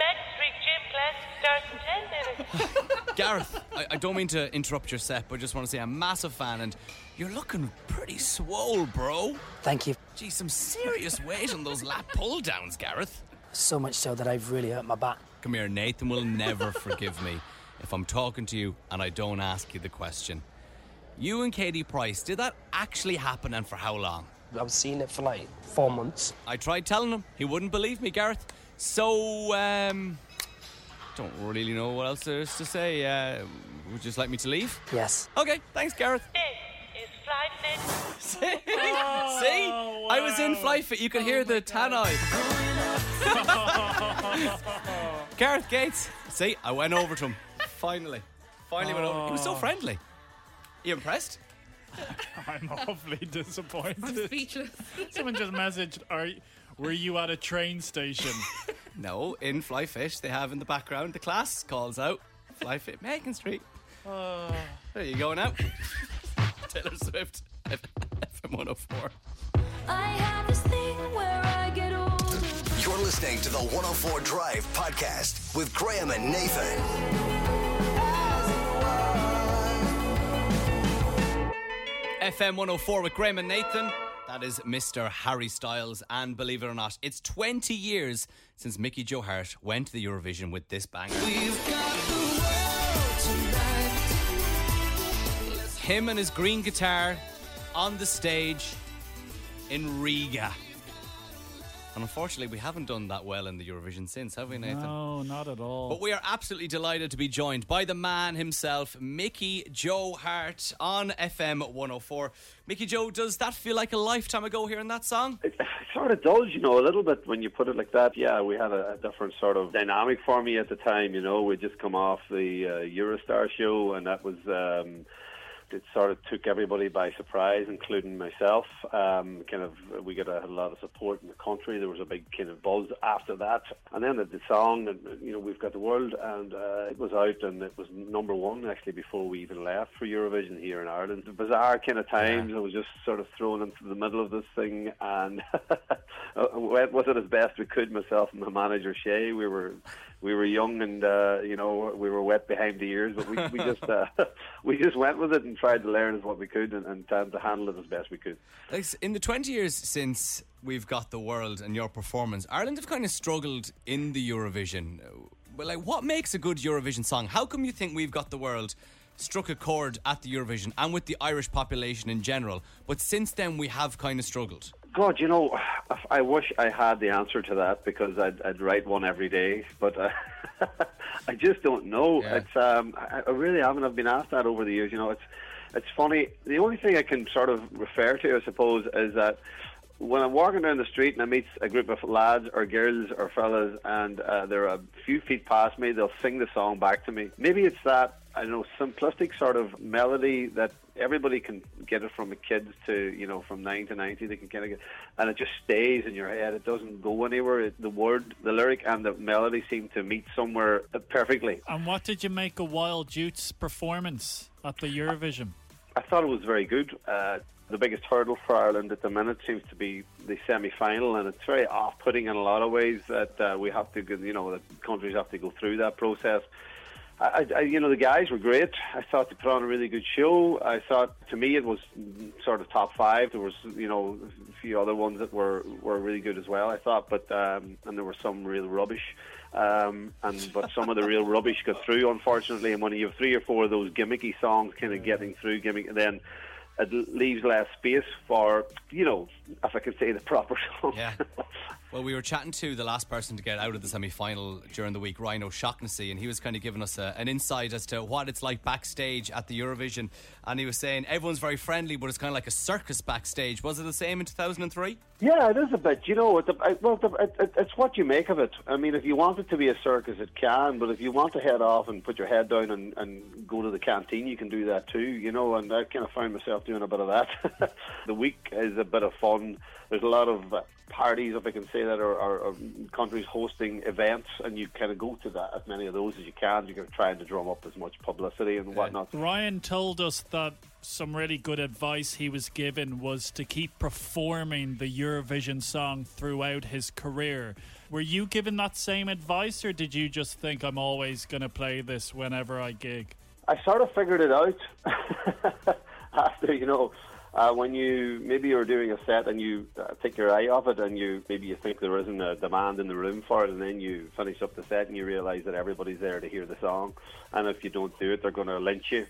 [SPEAKER 6] Mackin Street gym class starts in 10 minutes.
[SPEAKER 1] Gareth, I, I don't mean to interrupt your set, but I just want to say I'm a massive fan and you're looking pretty swole, bro.
[SPEAKER 11] Thank you.
[SPEAKER 1] Gee, some serious weight on those lap pull downs, Gareth.
[SPEAKER 11] So much so that I've really hurt my back.
[SPEAKER 1] Come here, Nathan will never forgive me if I'm talking to you and I don't ask you the question. You and Katie Price, did that actually happen and for how long?
[SPEAKER 11] I was seeing it for like four months.
[SPEAKER 1] I tried telling him, he wouldn't believe me, Gareth. So, um, don't really know what else there is to say. Uh, would you just like me to leave?
[SPEAKER 11] Yes.
[SPEAKER 1] Okay, thanks, Gareth.
[SPEAKER 6] It's sliding in.
[SPEAKER 1] See? See? I was in flight fit. You could hear the tan eye. Gareth Gates. See, I went over to him. Finally. Finally went over. He was so friendly. You impressed?
[SPEAKER 2] I'm awfully disappointed.
[SPEAKER 3] Speechless.
[SPEAKER 2] Someone just messaged, Are, y- were you at a train station?
[SPEAKER 1] No, in Fly Fish, they have in the background the class calls out Fly Fit Megan Street. There you go now. Taylor Swift, FM 104.
[SPEAKER 6] I have this thing where I get older.
[SPEAKER 4] You're listening to the 104 Drive Podcast with Graham and Nathan.
[SPEAKER 1] FM 104 with Graham and Nathan. That is Mr. Harry Styles. And believe it or not, it's 20 years since Mickey Joe Hart went to the Eurovision with this bang. Him and his green guitar on the stage in Riga. And unfortunately, we haven't done that well in the Eurovision since, have we, Nathan?
[SPEAKER 2] no, not at all.
[SPEAKER 1] But we are absolutely delighted to be joined by the man himself, Mickey Joe Hart, on FM 104. Mickey Joe, does that feel like a lifetime ago hearing that song?
[SPEAKER 12] It sort of does, you know, a little bit when you put it like that. Yeah, we had a, a different sort of dynamic for me at the time, you know. We'd just come off the uh, Eurostar show, and that was. Um, it sort of took everybody by surprise, including myself. Um, kind of, we got a, had a lot of support in the country. There was a big kind of buzz after that, and then the, the song, and uh, you know, we've got the world, and uh, it was out, and it was number one actually before we even left for Eurovision here in Ireland. The bizarre kind of times. I was just sort of thrown into the middle of this thing, and I went with it as best we could. Myself and my manager Shay, we were we were young and uh, you know we were wet behind the ears, but we, we just uh, we just went with it and tried to learn as what we could and, and tried to handle it as best we could.
[SPEAKER 1] Like, In the 20 years since we've got the world and your performance, Ireland have kind of struggled in the Eurovision. Well, like, what makes a good Eurovision song? How come you think we've got the world? Struck a chord at the Eurovision and with the Irish population in general, but since then we have kind of struggled.
[SPEAKER 12] God, you know, if- I wish I had the answer to that because I'd, I'd write one every day, but uh, I just don't know. It's um, I, I really haven't. I've been asked that over the years. You know, it's it's funny. The only thing I can sort of refer to, I suppose, is that when I'm walking down the street and I meet a group of lads or girls or fellas, and uh, they're a few feet past me, they'll sing the song back to me. Maybe it's that I don't know simplistic sort of melody that everybody can get it from a kid to you know from nine to ninety. They can kind of get, and it just stays in your head. It doesn't go anywhere. It, the word, the lyric, and the melody seem to meet somewhere uh, perfectly.
[SPEAKER 2] And what did you make of Wild Jute's performance at the Eurovision?
[SPEAKER 12] I thought it was very good. Uh, the biggest hurdle for Ireland at the minute seems to be the semi-final, and it's very off-putting in a lot of ways that uh, we have to, go, you know, that countries have to go through that process. I, I, you know, the guys were great. I thought they put on a really good show. I thought, to me, it was mm, sort of top five. There was, you know, a few other ones that were, were really good as well. I thought, but um, and there were some real rubbish. Um, and but some of the real rubbish got through, unfortunately. And when you have three or four of those gimmicky songs kind of getting through, gimmick, then it leaves less space for, you know, if I can say the proper song.
[SPEAKER 1] Yeah. Well, we were chatting to the last person to get out of the semi final during the week, Rhino O'Shaughnessy, and he was kind of giving us a, an insight as to what it's like backstage at the Eurovision. And he was saying everyone's very friendly, but it's kind of like a circus backstage. Was it the same in 2003?
[SPEAKER 12] Yeah, it is a bit. You know, it's, a, I- well, the- it, it, it's what you make of it. I mean, if you want it to be a circus, it can. But if you want to head off and put your head down and, and go to the canteen, you can do that too. You know, and I kind of found myself doing a bit of that. the week is a bit of fun. There's a lot of uh, parties, if I can say that, or, or, or countries hosting events, and you kind of go to that as many of those as you can. You're going to try to drum up as much publicity and whatnot.
[SPEAKER 2] Ryan told us that some really good advice he was given was to keep performing the Eurovision song throughout his career. Were you given that same advice, or did you just think I'm always going to play this whenever I gig?
[SPEAKER 12] I sort of figured it out after you know uh, when you maybe you're doing a set and you uh, take your eye off it and you maybe you think there isn't a demand in the room for it and then you finish up the set and you realise that everybody's there to hear the song and if you don't do it they're going to lynch you.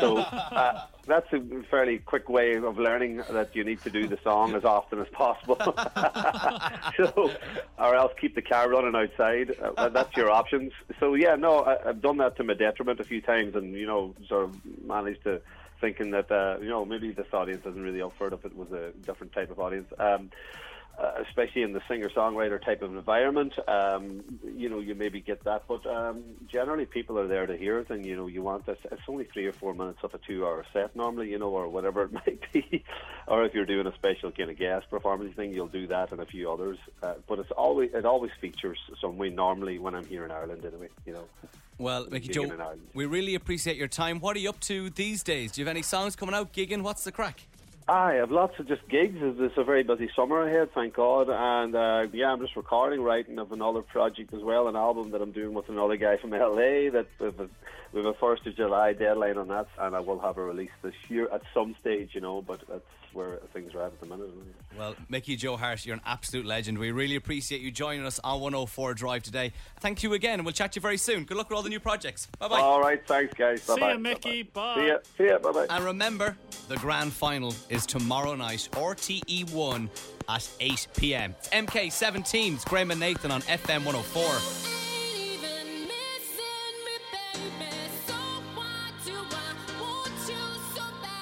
[SPEAKER 12] So uh, that's a fairly quick way of learning that you need to do the song as often as possible. so, or else keep the car running outside. Uh, that's your options. So yeah, no, I, I've done that to my detriment a few times, and you know, sort of managed to thinking that uh, you know maybe this audience isn't really up for it if it was a different type of audience. Um, uh, especially in the singer-songwriter type of environment, um, you know, you maybe get that, but um, generally people are there to hear it, and you know, you want this. It's only three or four minutes of a two-hour set normally, you know, or whatever it might be, or if you're doing a special kind of guest performance thing, you'll do that and a few others. Uh, but it's always it always features some way normally when I'm here in Ireland, anyway, you know.
[SPEAKER 1] Well, Mickey
[SPEAKER 12] Gigging
[SPEAKER 1] Joe,
[SPEAKER 12] in Ireland.
[SPEAKER 1] we really appreciate your time. What are you up to these days? Do you have any songs coming out, gigging? What's the crack?
[SPEAKER 12] I have lots of just gigs. It's it's a very busy summer ahead, thank God. And uh, yeah, I'm just recording, writing of another project as well, an album that I'm doing with another guy from LA. That we have a, we have a first of July deadline on that, and I will have a release this year at some stage, you know. But that's where things are at at the minute. isn't it?
[SPEAKER 1] Well, Mickey Joe Hart, you're an absolute legend. We really appreciate you joining us on 104 Drive today. Thank you again, and we'll chat to you very soon. Good luck with all the new projects. Bye bye.
[SPEAKER 12] All right, thanks, guys.
[SPEAKER 1] See
[SPEAKER 12] Bye
[SPEAKER 1] ya,
[SPEAKER 12] bye.
[SPEAKER 1] Mickey.
[SPEAKER 12] See ya. See ya. Bye bye.
[SPEAKER 1] And remember, the grand final is tomorrow night, RTE1 at 8 pm. It's MK17, it's Graham and Nathan on FM 104.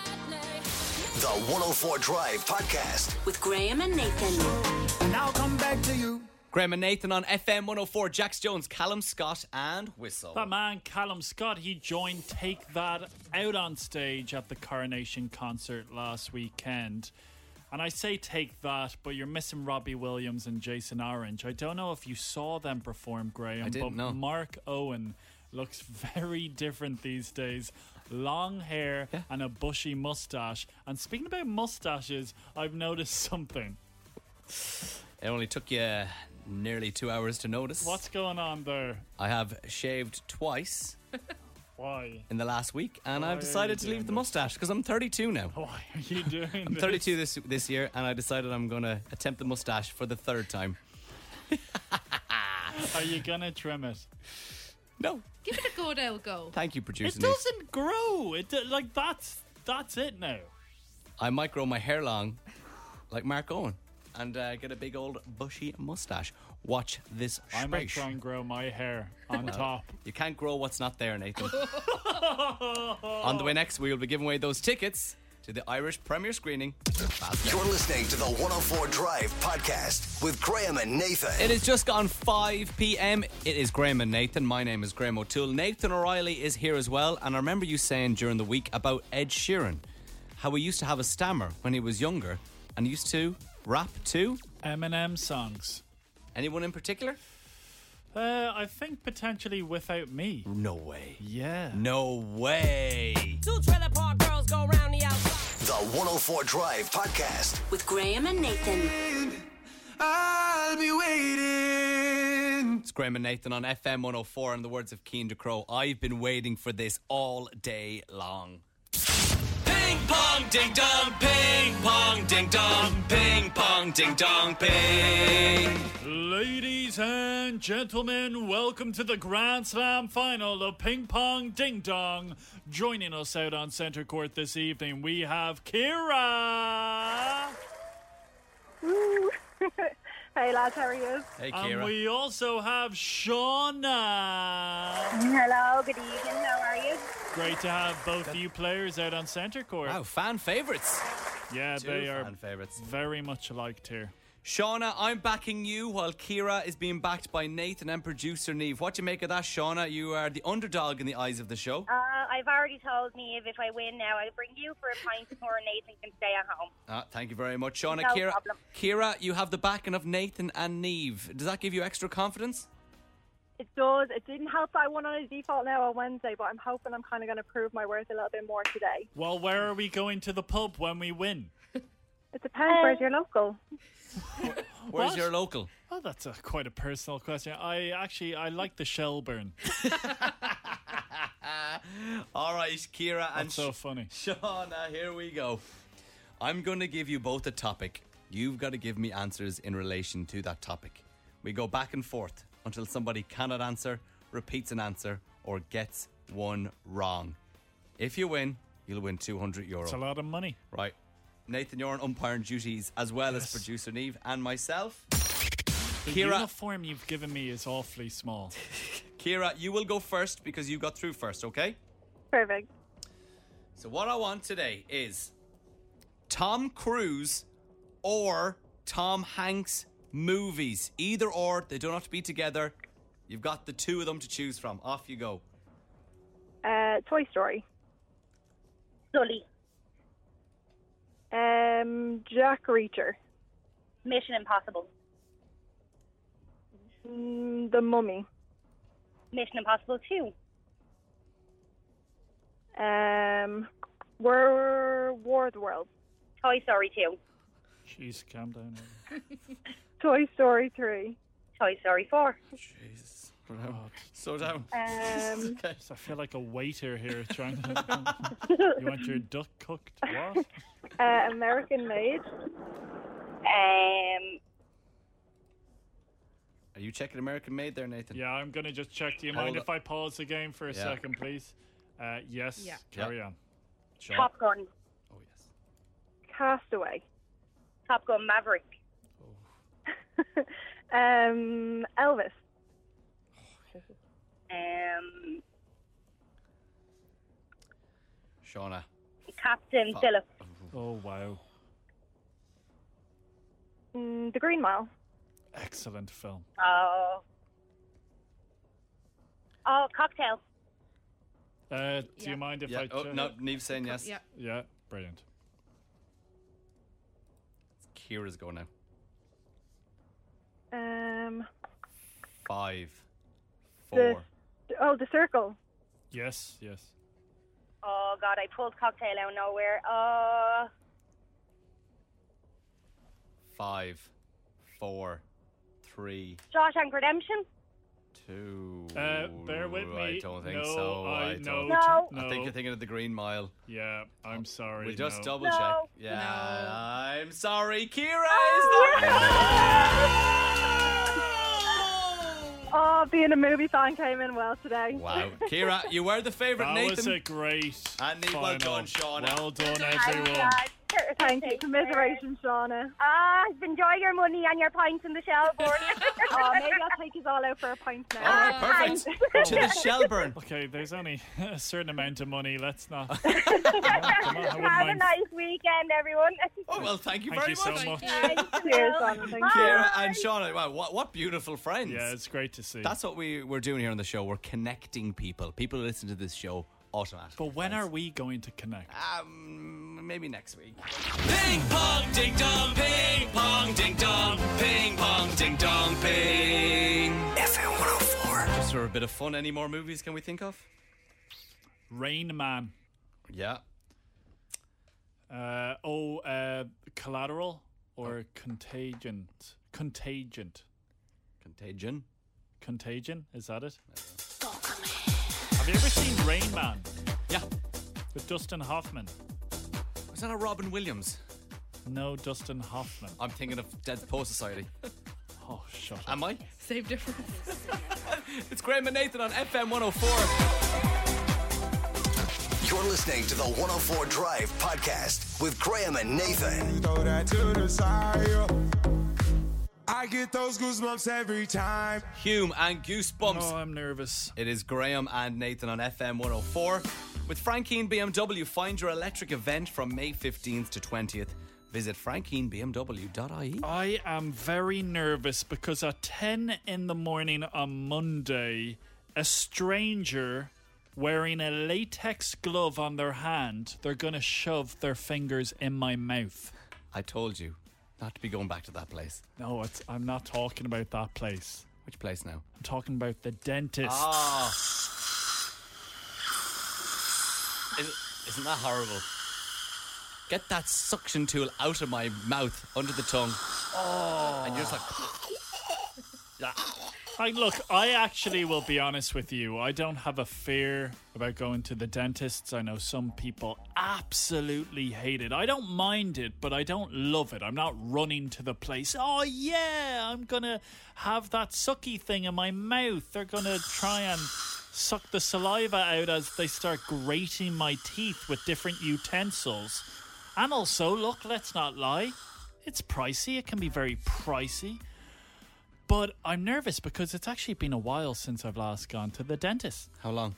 [SPEAKER 4] The 104 Drive Podcast.
[SPEAKER 13] With Graham and Nathan. And I'll come back to you.
[SPEAKER 1] Graham and Nathan on FM 104, Jax Jones, Callum Scott, and Whistle.
[SPEAKER 2] That man, Callum Scott, he joined Take That out on stage at the Coronation concert last weekend. And I say Take That, but you're missing Robbie Williams and Jason Orange. I don't know if you saw them perform, Graham,
[SPEAKER 1] I didn't
[SPEAKER 2] but
[SPEAKER 1] know.
[SPEAKER 2] Mark Owen looks very different these days. Long hair and a bushy mustache. And speaking about mustaches, I've noticed something.
[SPEAKER 1] It only took you nearly two hours to notice.
[SPEAKER 2] What's going on there?
[SPEAKER 1] I have shaved twice
[SPEAKER 2] Why?
[SPEAKER 1] in the last week, and
[SPEAKER 2] Why are
[SPEAKER 1] I've decided
[SPEAKER 2] Oh, you
[SPEAKER 1] to leave the mustache because I'm 32 now.
[SPEAKER 2] Why are you doing
[SPEAKER 1] I'm 32 this this year, and I decided I'm going to attempt the mustache for the third time.
[SPEAKER 2] Are you gonna trim it?
[SPEAKER 1] No.
[SPEAKER 3] Give it a good old go.
[SPEAKER 1] Thank you, producer.
[SPEAKER 2] It
[SPEAKER 1] Niamh.
[SPEAKER 2] doesn't grow. It do- like that's that's it now.
[SPEAKER 1] I might grow my hair long, like Mark Owen. and uh, get a big old bushy mustache. Watch this
[SPEAKER 2] I might
[SPEAKER 1] space.
[SPEAKER 2] try and grow my hair on
[SPEAKER 1] Well,
[SPEAKER 2] top.
[SPEAKER 1] You can't grow what's not there, Nathan. On the way next, we will be giving away those tickets to the Irish premiere screening.
[SPEAKER 4] You're listening to the 104 Drive Podcast with Graham and Nathan.
[SPEAKER 1] It is just gone 5 p.m. It is Graham and Nathan. My name is Graham O'Toole. Nathan O'Reilly is here as well. And I remember you saying during the week about Ed Sheeran how he used to have a stammer when he was younger and he used to rap to
[SPEAKER 2] Eminem songs.
[SPEAKER 1] Anyone in particular?
[SPEAKER 2] Uh, I think potentially without me.
[SPEAKER 1] No way.
[SPEAKER 2] Yeah.
[SPEAKER 1] No way.
[SPEAKER 14] Two trailer park girls go round the outside.
[SPEAKER 4] The 104 Drive Podcast.
[SPEAKER 14] With Graham and Nathan.
[SPEAKER 1] I'll be waiting. It's Graham and Nathan on FM 104. In oh the words of Keen DeCrow, I've been waiting for this all day long. Ping pong ding dong, ping pong ding dong, ping pong ding dong, ping.
[SPEAKER 2] Ladies and gentlemen, welcome to the Grand Slam final of Ping Pong Ding Dong. Joining us out on centre court this evening, we have Kira.
[SPEAKER 9] hey lads, how are you?
[SPEAKER 2] And we also have Shauna.
[SPEAKER 9] Hello, good evening. How are you?
[SPEAKER 2] Great to have both you players out on centre court.
[SPEAKER 1] Wow, fan favourites.
[SPEAKER 2] Yeah,
[SPEAKER 1] Two
[SPEAKER 2] they are
[SPEAKER 1] fan favourites.
[SPEAKER 2] very much liked here.
[SPEAKER 1] Shauna, I'm backing you while Kira is being backed by Nathan and producer Neve. What do you make of that, Shauna? You are the underdog in the eyes of the show.
[SPEAKER 15] Uh, I've already told Neve if I win now, I'll bring you for a pint more. Nathan can stay at home.
[SPEAKER 1] Ah, thank you very much, Shauna.
[SPEAKER 15] No
[SPEAKER 1] Kira,
[SPEAKER 15] problem.
[SPEAKER 1] Kira, you have the backing of Nathan and Neve. Does that give you extra confidence?
[SPEAKER 9] It does. It didn't help that I won on a default now on Wednesday, but I'm hoping I'm kind of going to prove my worth a little bit more today.
[SPEAKER 2] Well, where are we going to the pub when we win?
[SPEAKER 9] It depends.
[SPEAKER 15] Um,
[SPEAKER 9] Where's your local?
[SPEAKER 1] Where's
[SPEAKER 2] What?
[SPEAKER 1] your local?
[SPEAKER 2] Oh, that's a, quite a personal question. I actually I like the Shelburne.
[SPEAKER 1] All right, Kira and
[SPEAKER 2] That's so
[SPEAKER 1] Sh-
[SPEAKER 2] funny.
[SPEAKER 1] Shauna, here we go. I'm going to give you both a topic. You've got to give me answers in relation to that topic. We go back and forth until somebody cannot answer, repeats an answer, or gets one wrong. If you win, you'll win 200 euro.
[SPEAKER 2] It's a lot of money.
[SPEAKER 1] Right. Nathan, you're on umpiring duties as well as producer Neve and myself.
[SPEAKER 2] The
[SPEAKER 1] Kira-
[SPEAKER 2] uniform you've given me is awfully small.
[SPEAKER 1] Kira, you will go first because you got through first, okay?
[SPEAKER 9] Perfect.
[SPEAKER 1] So, what I want today is Tom Cruise or Tom Hanks movies. Either or, they don't have to be together. You've got the two of them to choose from. Off you go.
[SPEAKER 9] Uh, Toy Story.
[SPEAKER 15] Sully.
[SPEAKER 9] Um, Jack Reacher.
[SPEAKER 15] Mission Impossible.
[SPEAKER 9] Mm, the Mummy.
[SPEAKER 15] Mission Impossible 2.
[SPEAKER 9] Um, War, War of the Worlds.
[SPEAKER 15] Toy Story 2.
[SPEAKER 2] Jeez, calm down.
[SPEAKER 9] Toy Story 3.
[SPEAKER 15] Toy Story 4.
[SPEAKER 1] So down.
[SPEAKER 9] Um,
[SPEAKER 2] I feel like a waiter here trying to. you want your duck cooked? What?
[SPEAKER 9] uh, American Made.
[SPEAKER 15] Um,
[SPEAKER 1] Are you checking American Made there, Nathan?
[SPEAKER 2] Yeah, I'm gonna just check. Do you mind
[SPEAKER 1] Hold
[SPEAKER 2] if I pause the game for a
[SPEAKER 1] Yeah.
[SPEAKER 2] second, please? Uh, yes.
[SPEAKER 15] Yeah.
[SPEAKER 2] Carry on.
[SPEAKER 15] Top Gun.
[SPEAKER 1] Oh,
[SPEAKER 9] Castaway.
[SPEAKER 15] Top Gun Maverick.
[SPEAKER 9] Um, Elvis.
[SPEAKER 15] Um,
[SPEAKER 1] Shauna.
[SPEAKER 15] Captain
[SPEAKER 1] Fuck.
[SPEAKER 15] Phillips.
[SPEAKER 2] Oh wow!
[SPEAKER 9] Mm, the Green Mile.
[SPEAKER 2] Excellent film.
[SPEAKER 15] Oh. Oh, Cocktail.
[SPEAKER 2] Uh, do
[SPEAKER 15] Yeah.
[SPEAKER 2] you mind if
[SPEAKER 1] Yeah.
[SPEAKER 2] I?
[SPEAKER 1] Oh,
[SPEAKER 2] check?
[SPEAKER 1] no, Neve's saying yes.
[SPEAKER 15] yeah.
[SPEAKER 2] Yeah. Brilliant.
[SPEAKER 1] Kira's going now.
[SPEAKER 9] Um,
[SPEAKER 1] Five,
[SPEAKER 9] The-
[SPEAKER 1] four.
[SPEAKER 9] oh, The Circle.
[SPEAKER 2] Yes. Yes.
[SPEAKER 15] Oh, God, I pulled Cocktail out of nowhere. Oh.
[SPEAKER 1] five, four, three,
[SPEAKER 15] Josh and Redemption.
[SPEAKER 1] two.
[SPEAKER 2] Uh, bear with me.
[SPEAKER 1] I don't think
[SPEAKER 2] No,
[SPEAKER 1] so.
[SPEAKER 2] I-
[SPEAKER 1] I, don't.
[SPEAKER 15] no,
[SPEAKER 1] I think
[SPEAKER 2] no.
[SPEAKER 1] you're thinking of the Green Mile.
[SPEAKER 2] Yeah. I'm sorry.
[SPEAKER 1] We just
[SPEAKER 2] no.
[SPEAKER 1] double
[SPEAKER 15] No.
[SPEAKER 1] check. Yeah, I'm sorry. Kira is the
[SPEAKER 9] Oh, being a movie fan came in well today.
[SPEAKER 1] Wow, Kira, you were the favourite,
[SPEAKER 2] That
[SPEAKER 1] Nathan.
[SPEAKER 2] was a great.
[SPEAKER 1] and Neve, well
[SPEAKER 2] final.
[SPEAKER 1] done, Shauna.
[SPEAKER 2] Well done, everyone.
[SPEAKER 9] Thank you. Commiserations, Shauna.
[SPEAKER 15] Ah, enjoy your money and your pints in the shell,
[SPEAKER 9] oh, maybe I'll take you all out for a pint now.
[SPEAKER 1] perfect. to the Shelburne.
[SPEAKER 2] Okay, there's only a certain amount of money. Let's not.
[SPEAKER 15] Have a
[SPEAKER 2] mind.
[SPEAKER 15] nice weekend, everyone.
[SPEAKER 1] Oh, well, thank you
[SPEAKER 2] Thank
[SPEAKER 1] very
[SPEAKER 2] you so
[SPEAKER 1] much.
[SPEAKER 2] much.
[SPEAKER 9] Cheers, Shauna. Thank you.
[SPEAKER 1] Kira and Shauna, wow, what, what beautiful friends.
[SPEAKER 2] Yeah, it's great to see.
[SPEAKER 1] That's what we, we're doing here on the show. We're connecting people. People who listen to this show automatically.
[SPEAKER 2] But when are we going to connect?
[SPEAKER 1] Um, maybe next week.
[SPEAKER 7] Ping pong ding dong, ping pong ding dong, ping pong ding dong, ping.
[SPEAKER 4] FM 104.
[SPEAKER 1] Just for a bit of fun, any more movies can we think of?
[SPEAKER 2] Rain Man.
[SPEAKER 1] Yeah.
[SPEAKER 2] Uh, oh, uh, Collateral or Contagion? Contagion.
[SPEAKER 1] Contagion.
[SPEAKER 2] Contagion? Is that it? Have you ever seen Rain Man?
[SPEAKER 1] Yeah.
[SPEAKER 2] With Dustin Hoffman?
[SPEAKER 1] Was that a Robin Williams?
[SPEAKER 2] No, Dustin Hoffman.
[SPEAKER 1] I'm thinking of Dead Poor Society.
[SPEAKER 2] Oh, shut up.
[SPEAKER 1] Am I?
[SPEAKER 3] Same difference.
[SPEAKER 1] It's Graham and Nathan on FM 104.
[SPEAKER 4] You're listening to the 104 Drive Podcast with Graham and Nathan.
[SPEAKER 13] Throw that to the side. I get those goosebumps every time.
[SPEAKER 1] Hume and Goosebumps.
[SPEAKER 2] Oh, I'm nervous.
[SPEAKER 1] It is Graham and Nathan on FM 104. With Frankine BMW, find your electric event from May 15th to 20th. Visit frankinebmw.ie.
[SPEAKER 2] I am very nervous because at 10 in the morning on Monday, a stranger wearing a latex glove on their hand, they're going to shove their fingers in my mouth.
[SPEAKER 1] I told you not to be going back to that place.
[SPEAKER 2] No, it's, I'm not talking about that place.
[SPEAKER 1] Which place now?
[SPEAKER 2] I'm talking about the dentist.
[SPEAKER 1] Ah. Isn't, isn't that horrible? Get that suction tool out of my mouth, under the tongue. Oh. And you're just like,
[SPEAKER 2] I, look, I actually will be honest with you. I don't have a fear about going to the dentists. I know some people absolutely hate it. I don't mind it, but I don't love it. I'm not running to the place. Oh yeah, I'm gonna have that sucky thing in my mouth. They're gonna try and suck the saliva out as they start grating my teeth with different utensils. And also, look, let's not lie. It's pricey. It can be very pricey. But I'm nervous because it's actually been a while since I've last gone to the dentist.
[SPEAKER 1] how long?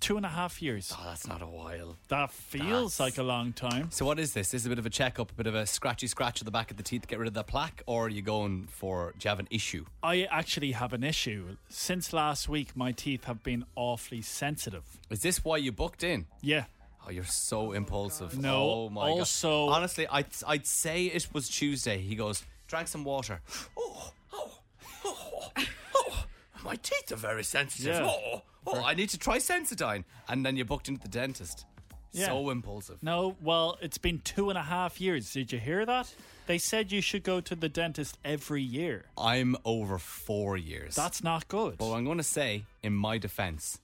[SPEAKER 2] Two and a half years.
[SPEAKER 1] Oh, that's not a while.
[SPEAKER 2] That feels like a long time.
[SPEAKER 1] So what is this? This is a bit of a checkup, a bit of a scratchy scratch at the back of the teeth to get rid of that plaque, or are you going for? Do you have an issue?
[SPEAKER 2] I actually have an issue. Since last week, my teeth have been awfully sensitive.
[SPEAKER 1] Is this why you booked in?
[SPEAKER 2] Yeah.
[SPEAKER 1] Oh, you're so impulsive.
[SPEAKER 2] No,
[SPEAKER 1] Oh my
[SPEAKER 2] also-
[SPEAKER 1] God. honestly, I'd I'd say it was Tuesday. He goes, drank some water. Oh, oh, oh, oh. My teeth are very sensitive.
[SPEAKER 2] Yeah.
[SPEAKER 1] Oh, oh, I need to try Sensodyne. And then you booked into the dentist.
[SPEAKER 2] Yeah.
[SPEAKER 1] So impulsive.
[SPEAKER 2] No, well, it's been two and a half years. Did you hear that? They said you should go to the dentist every year.
[SPEAKER 1] I'm over four years.
[SPEAKER 2] That's not good.
[SPEAKER 1] But I'm going to say, in my defense,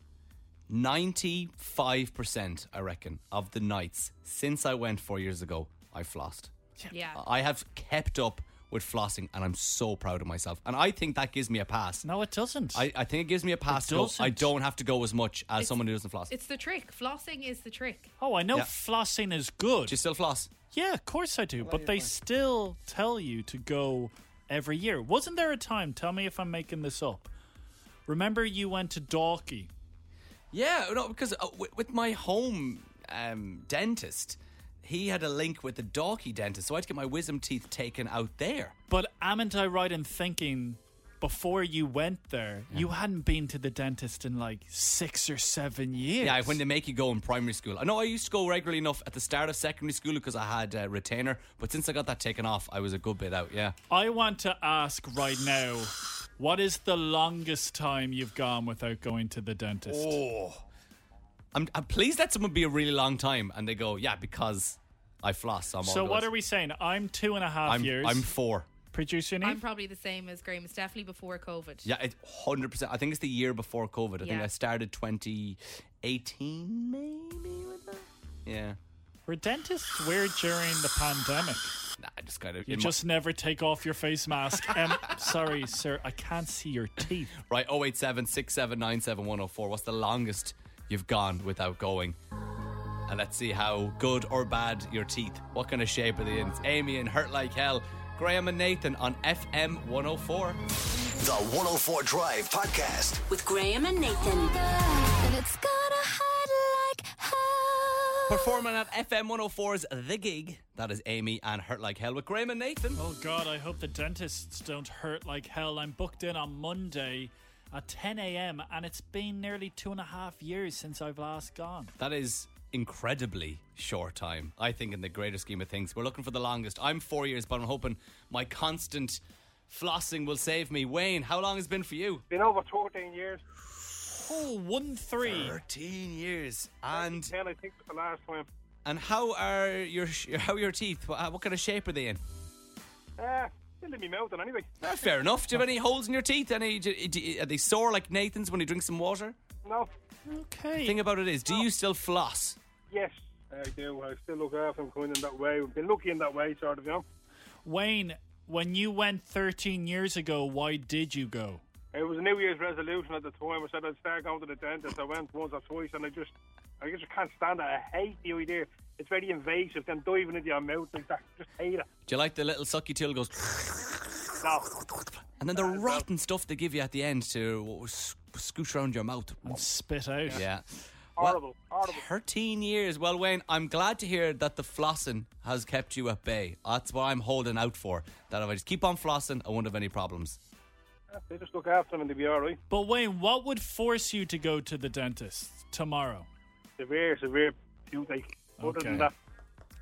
[SPEAKER 1] 95%, I reckon, of the nights since I went four years ago, I flossed.
[SPEAKER 3] Yeah.
[SPEAKER 1] I have kept up with flossing and I'm so proud of myself. And I think that gives me a pass.
[SPEAKER 2] No, it doesn't.
[SPEAKER 1] I, I think it gives me a pass to go. I
[SPEAKER 2] doesn't.
[SPEAKER 1] don't have to go as much as
[SPEAKER 3] It's-
[SPEAKER 1] someone who doesn't floss. Do
[SPEAKER 3] It's the trick. Flossing is the trick.
[SPEAKER 2] oh, I know
[SPEAKER 1] Yeah.
[SPEAKER 2] flossing is good.
[SPEAKER 1] you still floss?
[SPEAKER 2] Yeah, of course I do. but they still tell you to go every year. Wasn't there a time? Tell me if I'm making this up. Remember, you went to Dalkey.
[SPEAKER 1] Yeah, no, because uh, with, with my home um, dentist, he had a link with the dorky dentist, so I had to get my wisdom teeth taken out there.
[SPEAKER 2] But amn't I right in thinking before you went there, you hadn't been to the dentist in like six or seven years?
[SPEAKER 1] Yeah, when they make you go in primary school. I know I used to go regularly enough at the start of secondary school because I had a retainer, but since I got that taken off, I was a good bit out, yeah.
[SPEAKER 2] I want to ask right now, what is the longest time you've gone without going to the dentist?
[SPEAKER 1] Oh. I'm, I'm pleased that someone be a really long time and they go, yeah, because I floss. I'm
[SPEAKER 2] so what are we saying? I'm two and a half
[SPEAKER 1] I'm,
[SPEAKER 2] years.
[SPEAKER 1] I'm four.
[SPEAKER 2] producer Niamh?
[SPEAKER 3] I'm probably the same as Graham. It's definitely before COVID.
[SPEAKER 1] Yeah, it, 100%. I think it's the year before COVID. I think
[SPEAKER 3] Yeah.
[SPEAKER 1] I started 2018, maybe, with that. Yeah.
[SPEAKER 2] Were dentists weird during the pandemic?
[SPEAKER 1] Nah, I just kind of.
[SPEAKER 2] You
[SPEAKER 1] in my-
[SPEAKER 2] just never take off your face mask. Um, sorry, sir, I can't see your teeth.
[SPEAKER 1] Right, 087 679 7104. What's the longest you've gone without going? and let's see how good or bad your teeth. What kind of shape are they in? It's Amy and Hurt Like Hell, Graham and Nathan on FM 104.
[SPEAKER 4] The 104 Drive Podcast.
[SPEAKER 14] With Graham and Nathan.
[SPEAKER 1] Performing at FM 104's The Gig. That is Amy and Hurt Like Hell with Graham and Nathan.
[SPEAKER 2] Oh God, I hope the dentists don't hurt like hell. I'm booked in on Monday at 10 a.m. and it's been nearly two and a half years since I've last gone.
[SPEAKER 1] That is incredibly short time. I think in the greater scheme of things, we're looking for the longest. I'm four years, but I'm hoping my constant flossing will save me. Wayne, how long has it been for you?
[SPEAKER 16] Been over 14 years.
[SPEAKER 2] Oh, one three.
[SPEAKER 1] 13 years. And
[SPEAKER 16] 10, I think, was the last time.
[SPEAKER 1] and how are your sh- how are your teeth? What, what kind of shape are they in?
[SPEAKER 16] Ah, still in me mouth, and anyway.
[SPEAKER 1] Ah, fair enough. Do you have any holes in your teeth? Any do- do- are they sore like Nathan's when he drinks some water?
[SPEAKER 16] No.
[SPEAKER 1] The
[SPEAKER 2] Okay.
[SPEAKER 1] thing about it is, do you still floss?
[SPEAKER 16] Yes, I do. I still look after them going in that way. We've been lucky in that way, sort of, you know.
[SPEAKER 2] Wayne, when you went 13 years ago, why did you go?
[SPEAKER 16] It was a New Year's resolution at the time. I said I'd start going to the dentist. I went once or twice, and I just, I just can't stand it. I hate the idea. It's very invasive. Then diving into your mouth like that, just hate it.
[SPEAKER 1] Do you like the little sucky tool goes?
[SPEAKER 16] No.
[SPEAKER 1] And then the rotten stuff they give you at the end to s- scooch around your mouth.
[SPEAKER 2] spit out.
[SPEAKER 1] Yeah.
[SPEAKER 16] Horrible, horrible.
[SPEAKER 1] 13 years. Well, Wayne, I'm glad to hear that the flossing has kept you at bay. That's what I'm holding out for. That if I just keep on flossing, I won't have any problems.
[SPEAKER 16] They just look after them, and they'll be all right.
[SPEAKER 2] But Wayne, what would force you to go to the dentist tomorrow?
[SPEAKER 16] Severe, severe toothache. Other
[SPEAKER 1] Okay.
[SPEAKER 16] than that,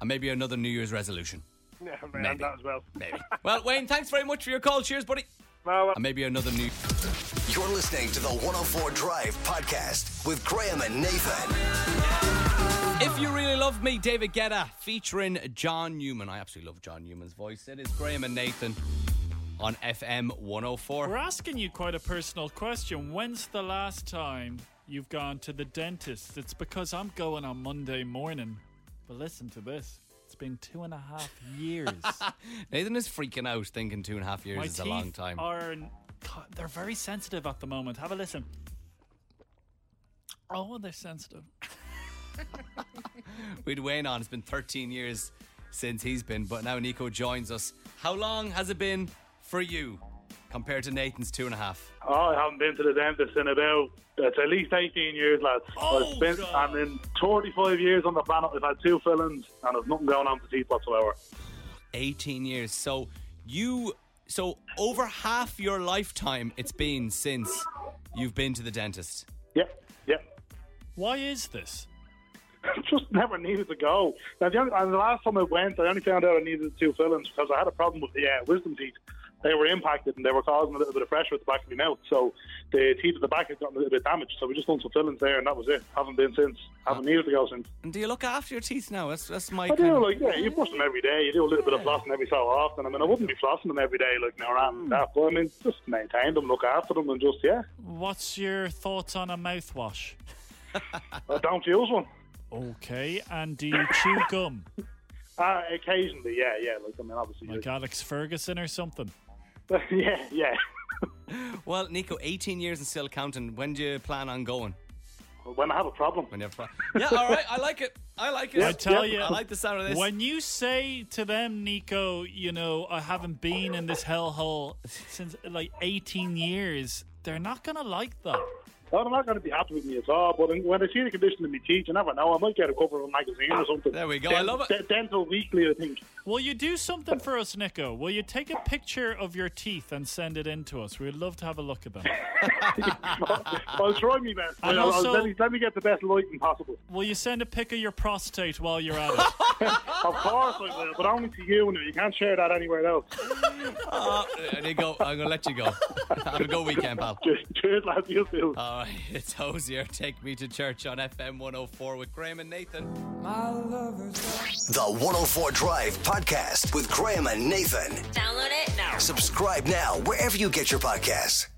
[SPEAKER 1] And maybe another New Year's resolution.
[SPEAKER 16] yeah, around
[SPEAKER 1] Maybe.
[SPEAKER 16] that as well.
[SPEAKER 1] Maybe. Well, Wayne, thanks very much for your call. Cheers, buddy. And maybe another new.
[SPEAKER 4] You're listening to the 104 Drive Podcast with Graham and Nathan.
[SPEAKER 1] If you really love me, David Guetta featuring John Newman. I absolutely love John Newman's voice. It is Graham and Nathan on FM 104.
[SPEAKER 2] We're asking you quite a personal question. When's the last time you've gone to the dentist? It's because I'm going on Monday morning. But listen to this. It's been two and a half years.
[SPEAKER 1] Nathan is freaking out, thinking two and a half years
[SPEAKER 2] My
[SPEAKER 1] is a
[SPEAKER 2] teeth
[SPEAKER 1] long time.
[SPEAKER 2] Are God, they're very sensitive at the moment. Have a listen. Oh, they're sensitive.
[SPEAKER 1] We'd Wayne on. It's been 13 years since he's been, but now Nico joins us. How long has it been for you compared to Nathan's two and a half?
[SPEAKER 17] Oh, I haven't been to the dentist in about that's at least 18 years, lads. I've been, and in 35 years on the planet, I've had two fillings and I've nothing going on with the teeth whatsoever.
[SPEAKER 1] 18 years. So you, so over half your lifetime it's been since you've been to the dentist.
[SPEAKER 17] Yep, yep.
[SPEAKER 2] Why is this?
[SPEAKER 17] just never needed to go. Now, the, only, and the last time I went, I only found out I needed two fillings because I had a problem with the uh, wisdom teeth. They were impacted and they were causing a little bit of pressure at the back of my mouth. So the teeth at the back had gotten a little bit damaged. So we just done some fillings there and that was it. Haven't been since. Haven't needed to go since.
[SPEAKER 1] And do you look after your teeth now? That's, that's my
[SPEAKER 17] er I
[SPEAKER 1] kind
[SPEAKER 17] do,
[SPEAKER 1] of-
[SPEAKER 17] like, yeah, you brush them every day. You do a little bit of flossing every so often. I mean, I wouldn't be flossing them every day, like, no, around that. But I mean, just maintain them, look after them, and just, yeah.
[SPEAKER 2] What's your thoughts on a mouthwash?
[SPEAKER 17] I don't use one.
[SPEAKER 2] Okay, and do you chew gum
[SPEAKER 17] Uh, occasionally, yeah, yeah. Like, I mean, obviously.
[SPEAKER 2] like Alex Ferguson or something?
[SPEAKER 17] yeah, yeah.
[SPEAKER 1] Well, Nico, 18 years and still counting. When do you plan on going?
[SPEAKER 17] When I have a problem.
[SPEAKER 1] When you have a problem. Yeah, all right. I like it. I like it.
[SPEAKER 2] I tell you,
[SPEAKER 1] I like the sound of this.
[SPEAKER 2] When you say to them, Nico, you know, I haven't been in this hellhole since like 18 years, they're not gonna like that.
[SPEAKER 17] Oh, they're not going to be happy with me at all. But when I see the condition of my teeth, you never know. I might get a cover of a magazine or something. There
[SPEAKER 1] we go, I love it.
[SPEAKER 17] Dental Weekly, I think.
[SPEAKER 2] Will you do something for us, Nico? Will you take a picture of your teeth and send it in to us? We'd love to have a look at them.
[SPEAKER 1] Ah.
[SPEAKER 17] I'll try my best.
[SPEAKER 2] And
[SPEAKER 17] I'll- I'll-
[SPEAKER 2] also-
[SPEAKER 17] let, me, let me get the best lighting possible.
[SPEAKER 2] Will you send a pic of your prostate while you're at it?
[SPEAKER 17] Of course I will, but only to you. and You can't share that anywhere else.
[SPEAKER 1] Oh, there you go. I'm going to let you go. Have a good weekend, pal.
[SPEAKER 17] Cheers, lads. You too.
[SPEAKER 1] All right. It's Hosier. Take me to church on FM 104 with Graham and Nathan.
[SPEAKER 4] My lovers. The 104 Drive Podcast with Graham and Nathan.
[SPEAKER 14] Download it now.
[SPEAKER 4] Subscribe now wherever you get your podcasts.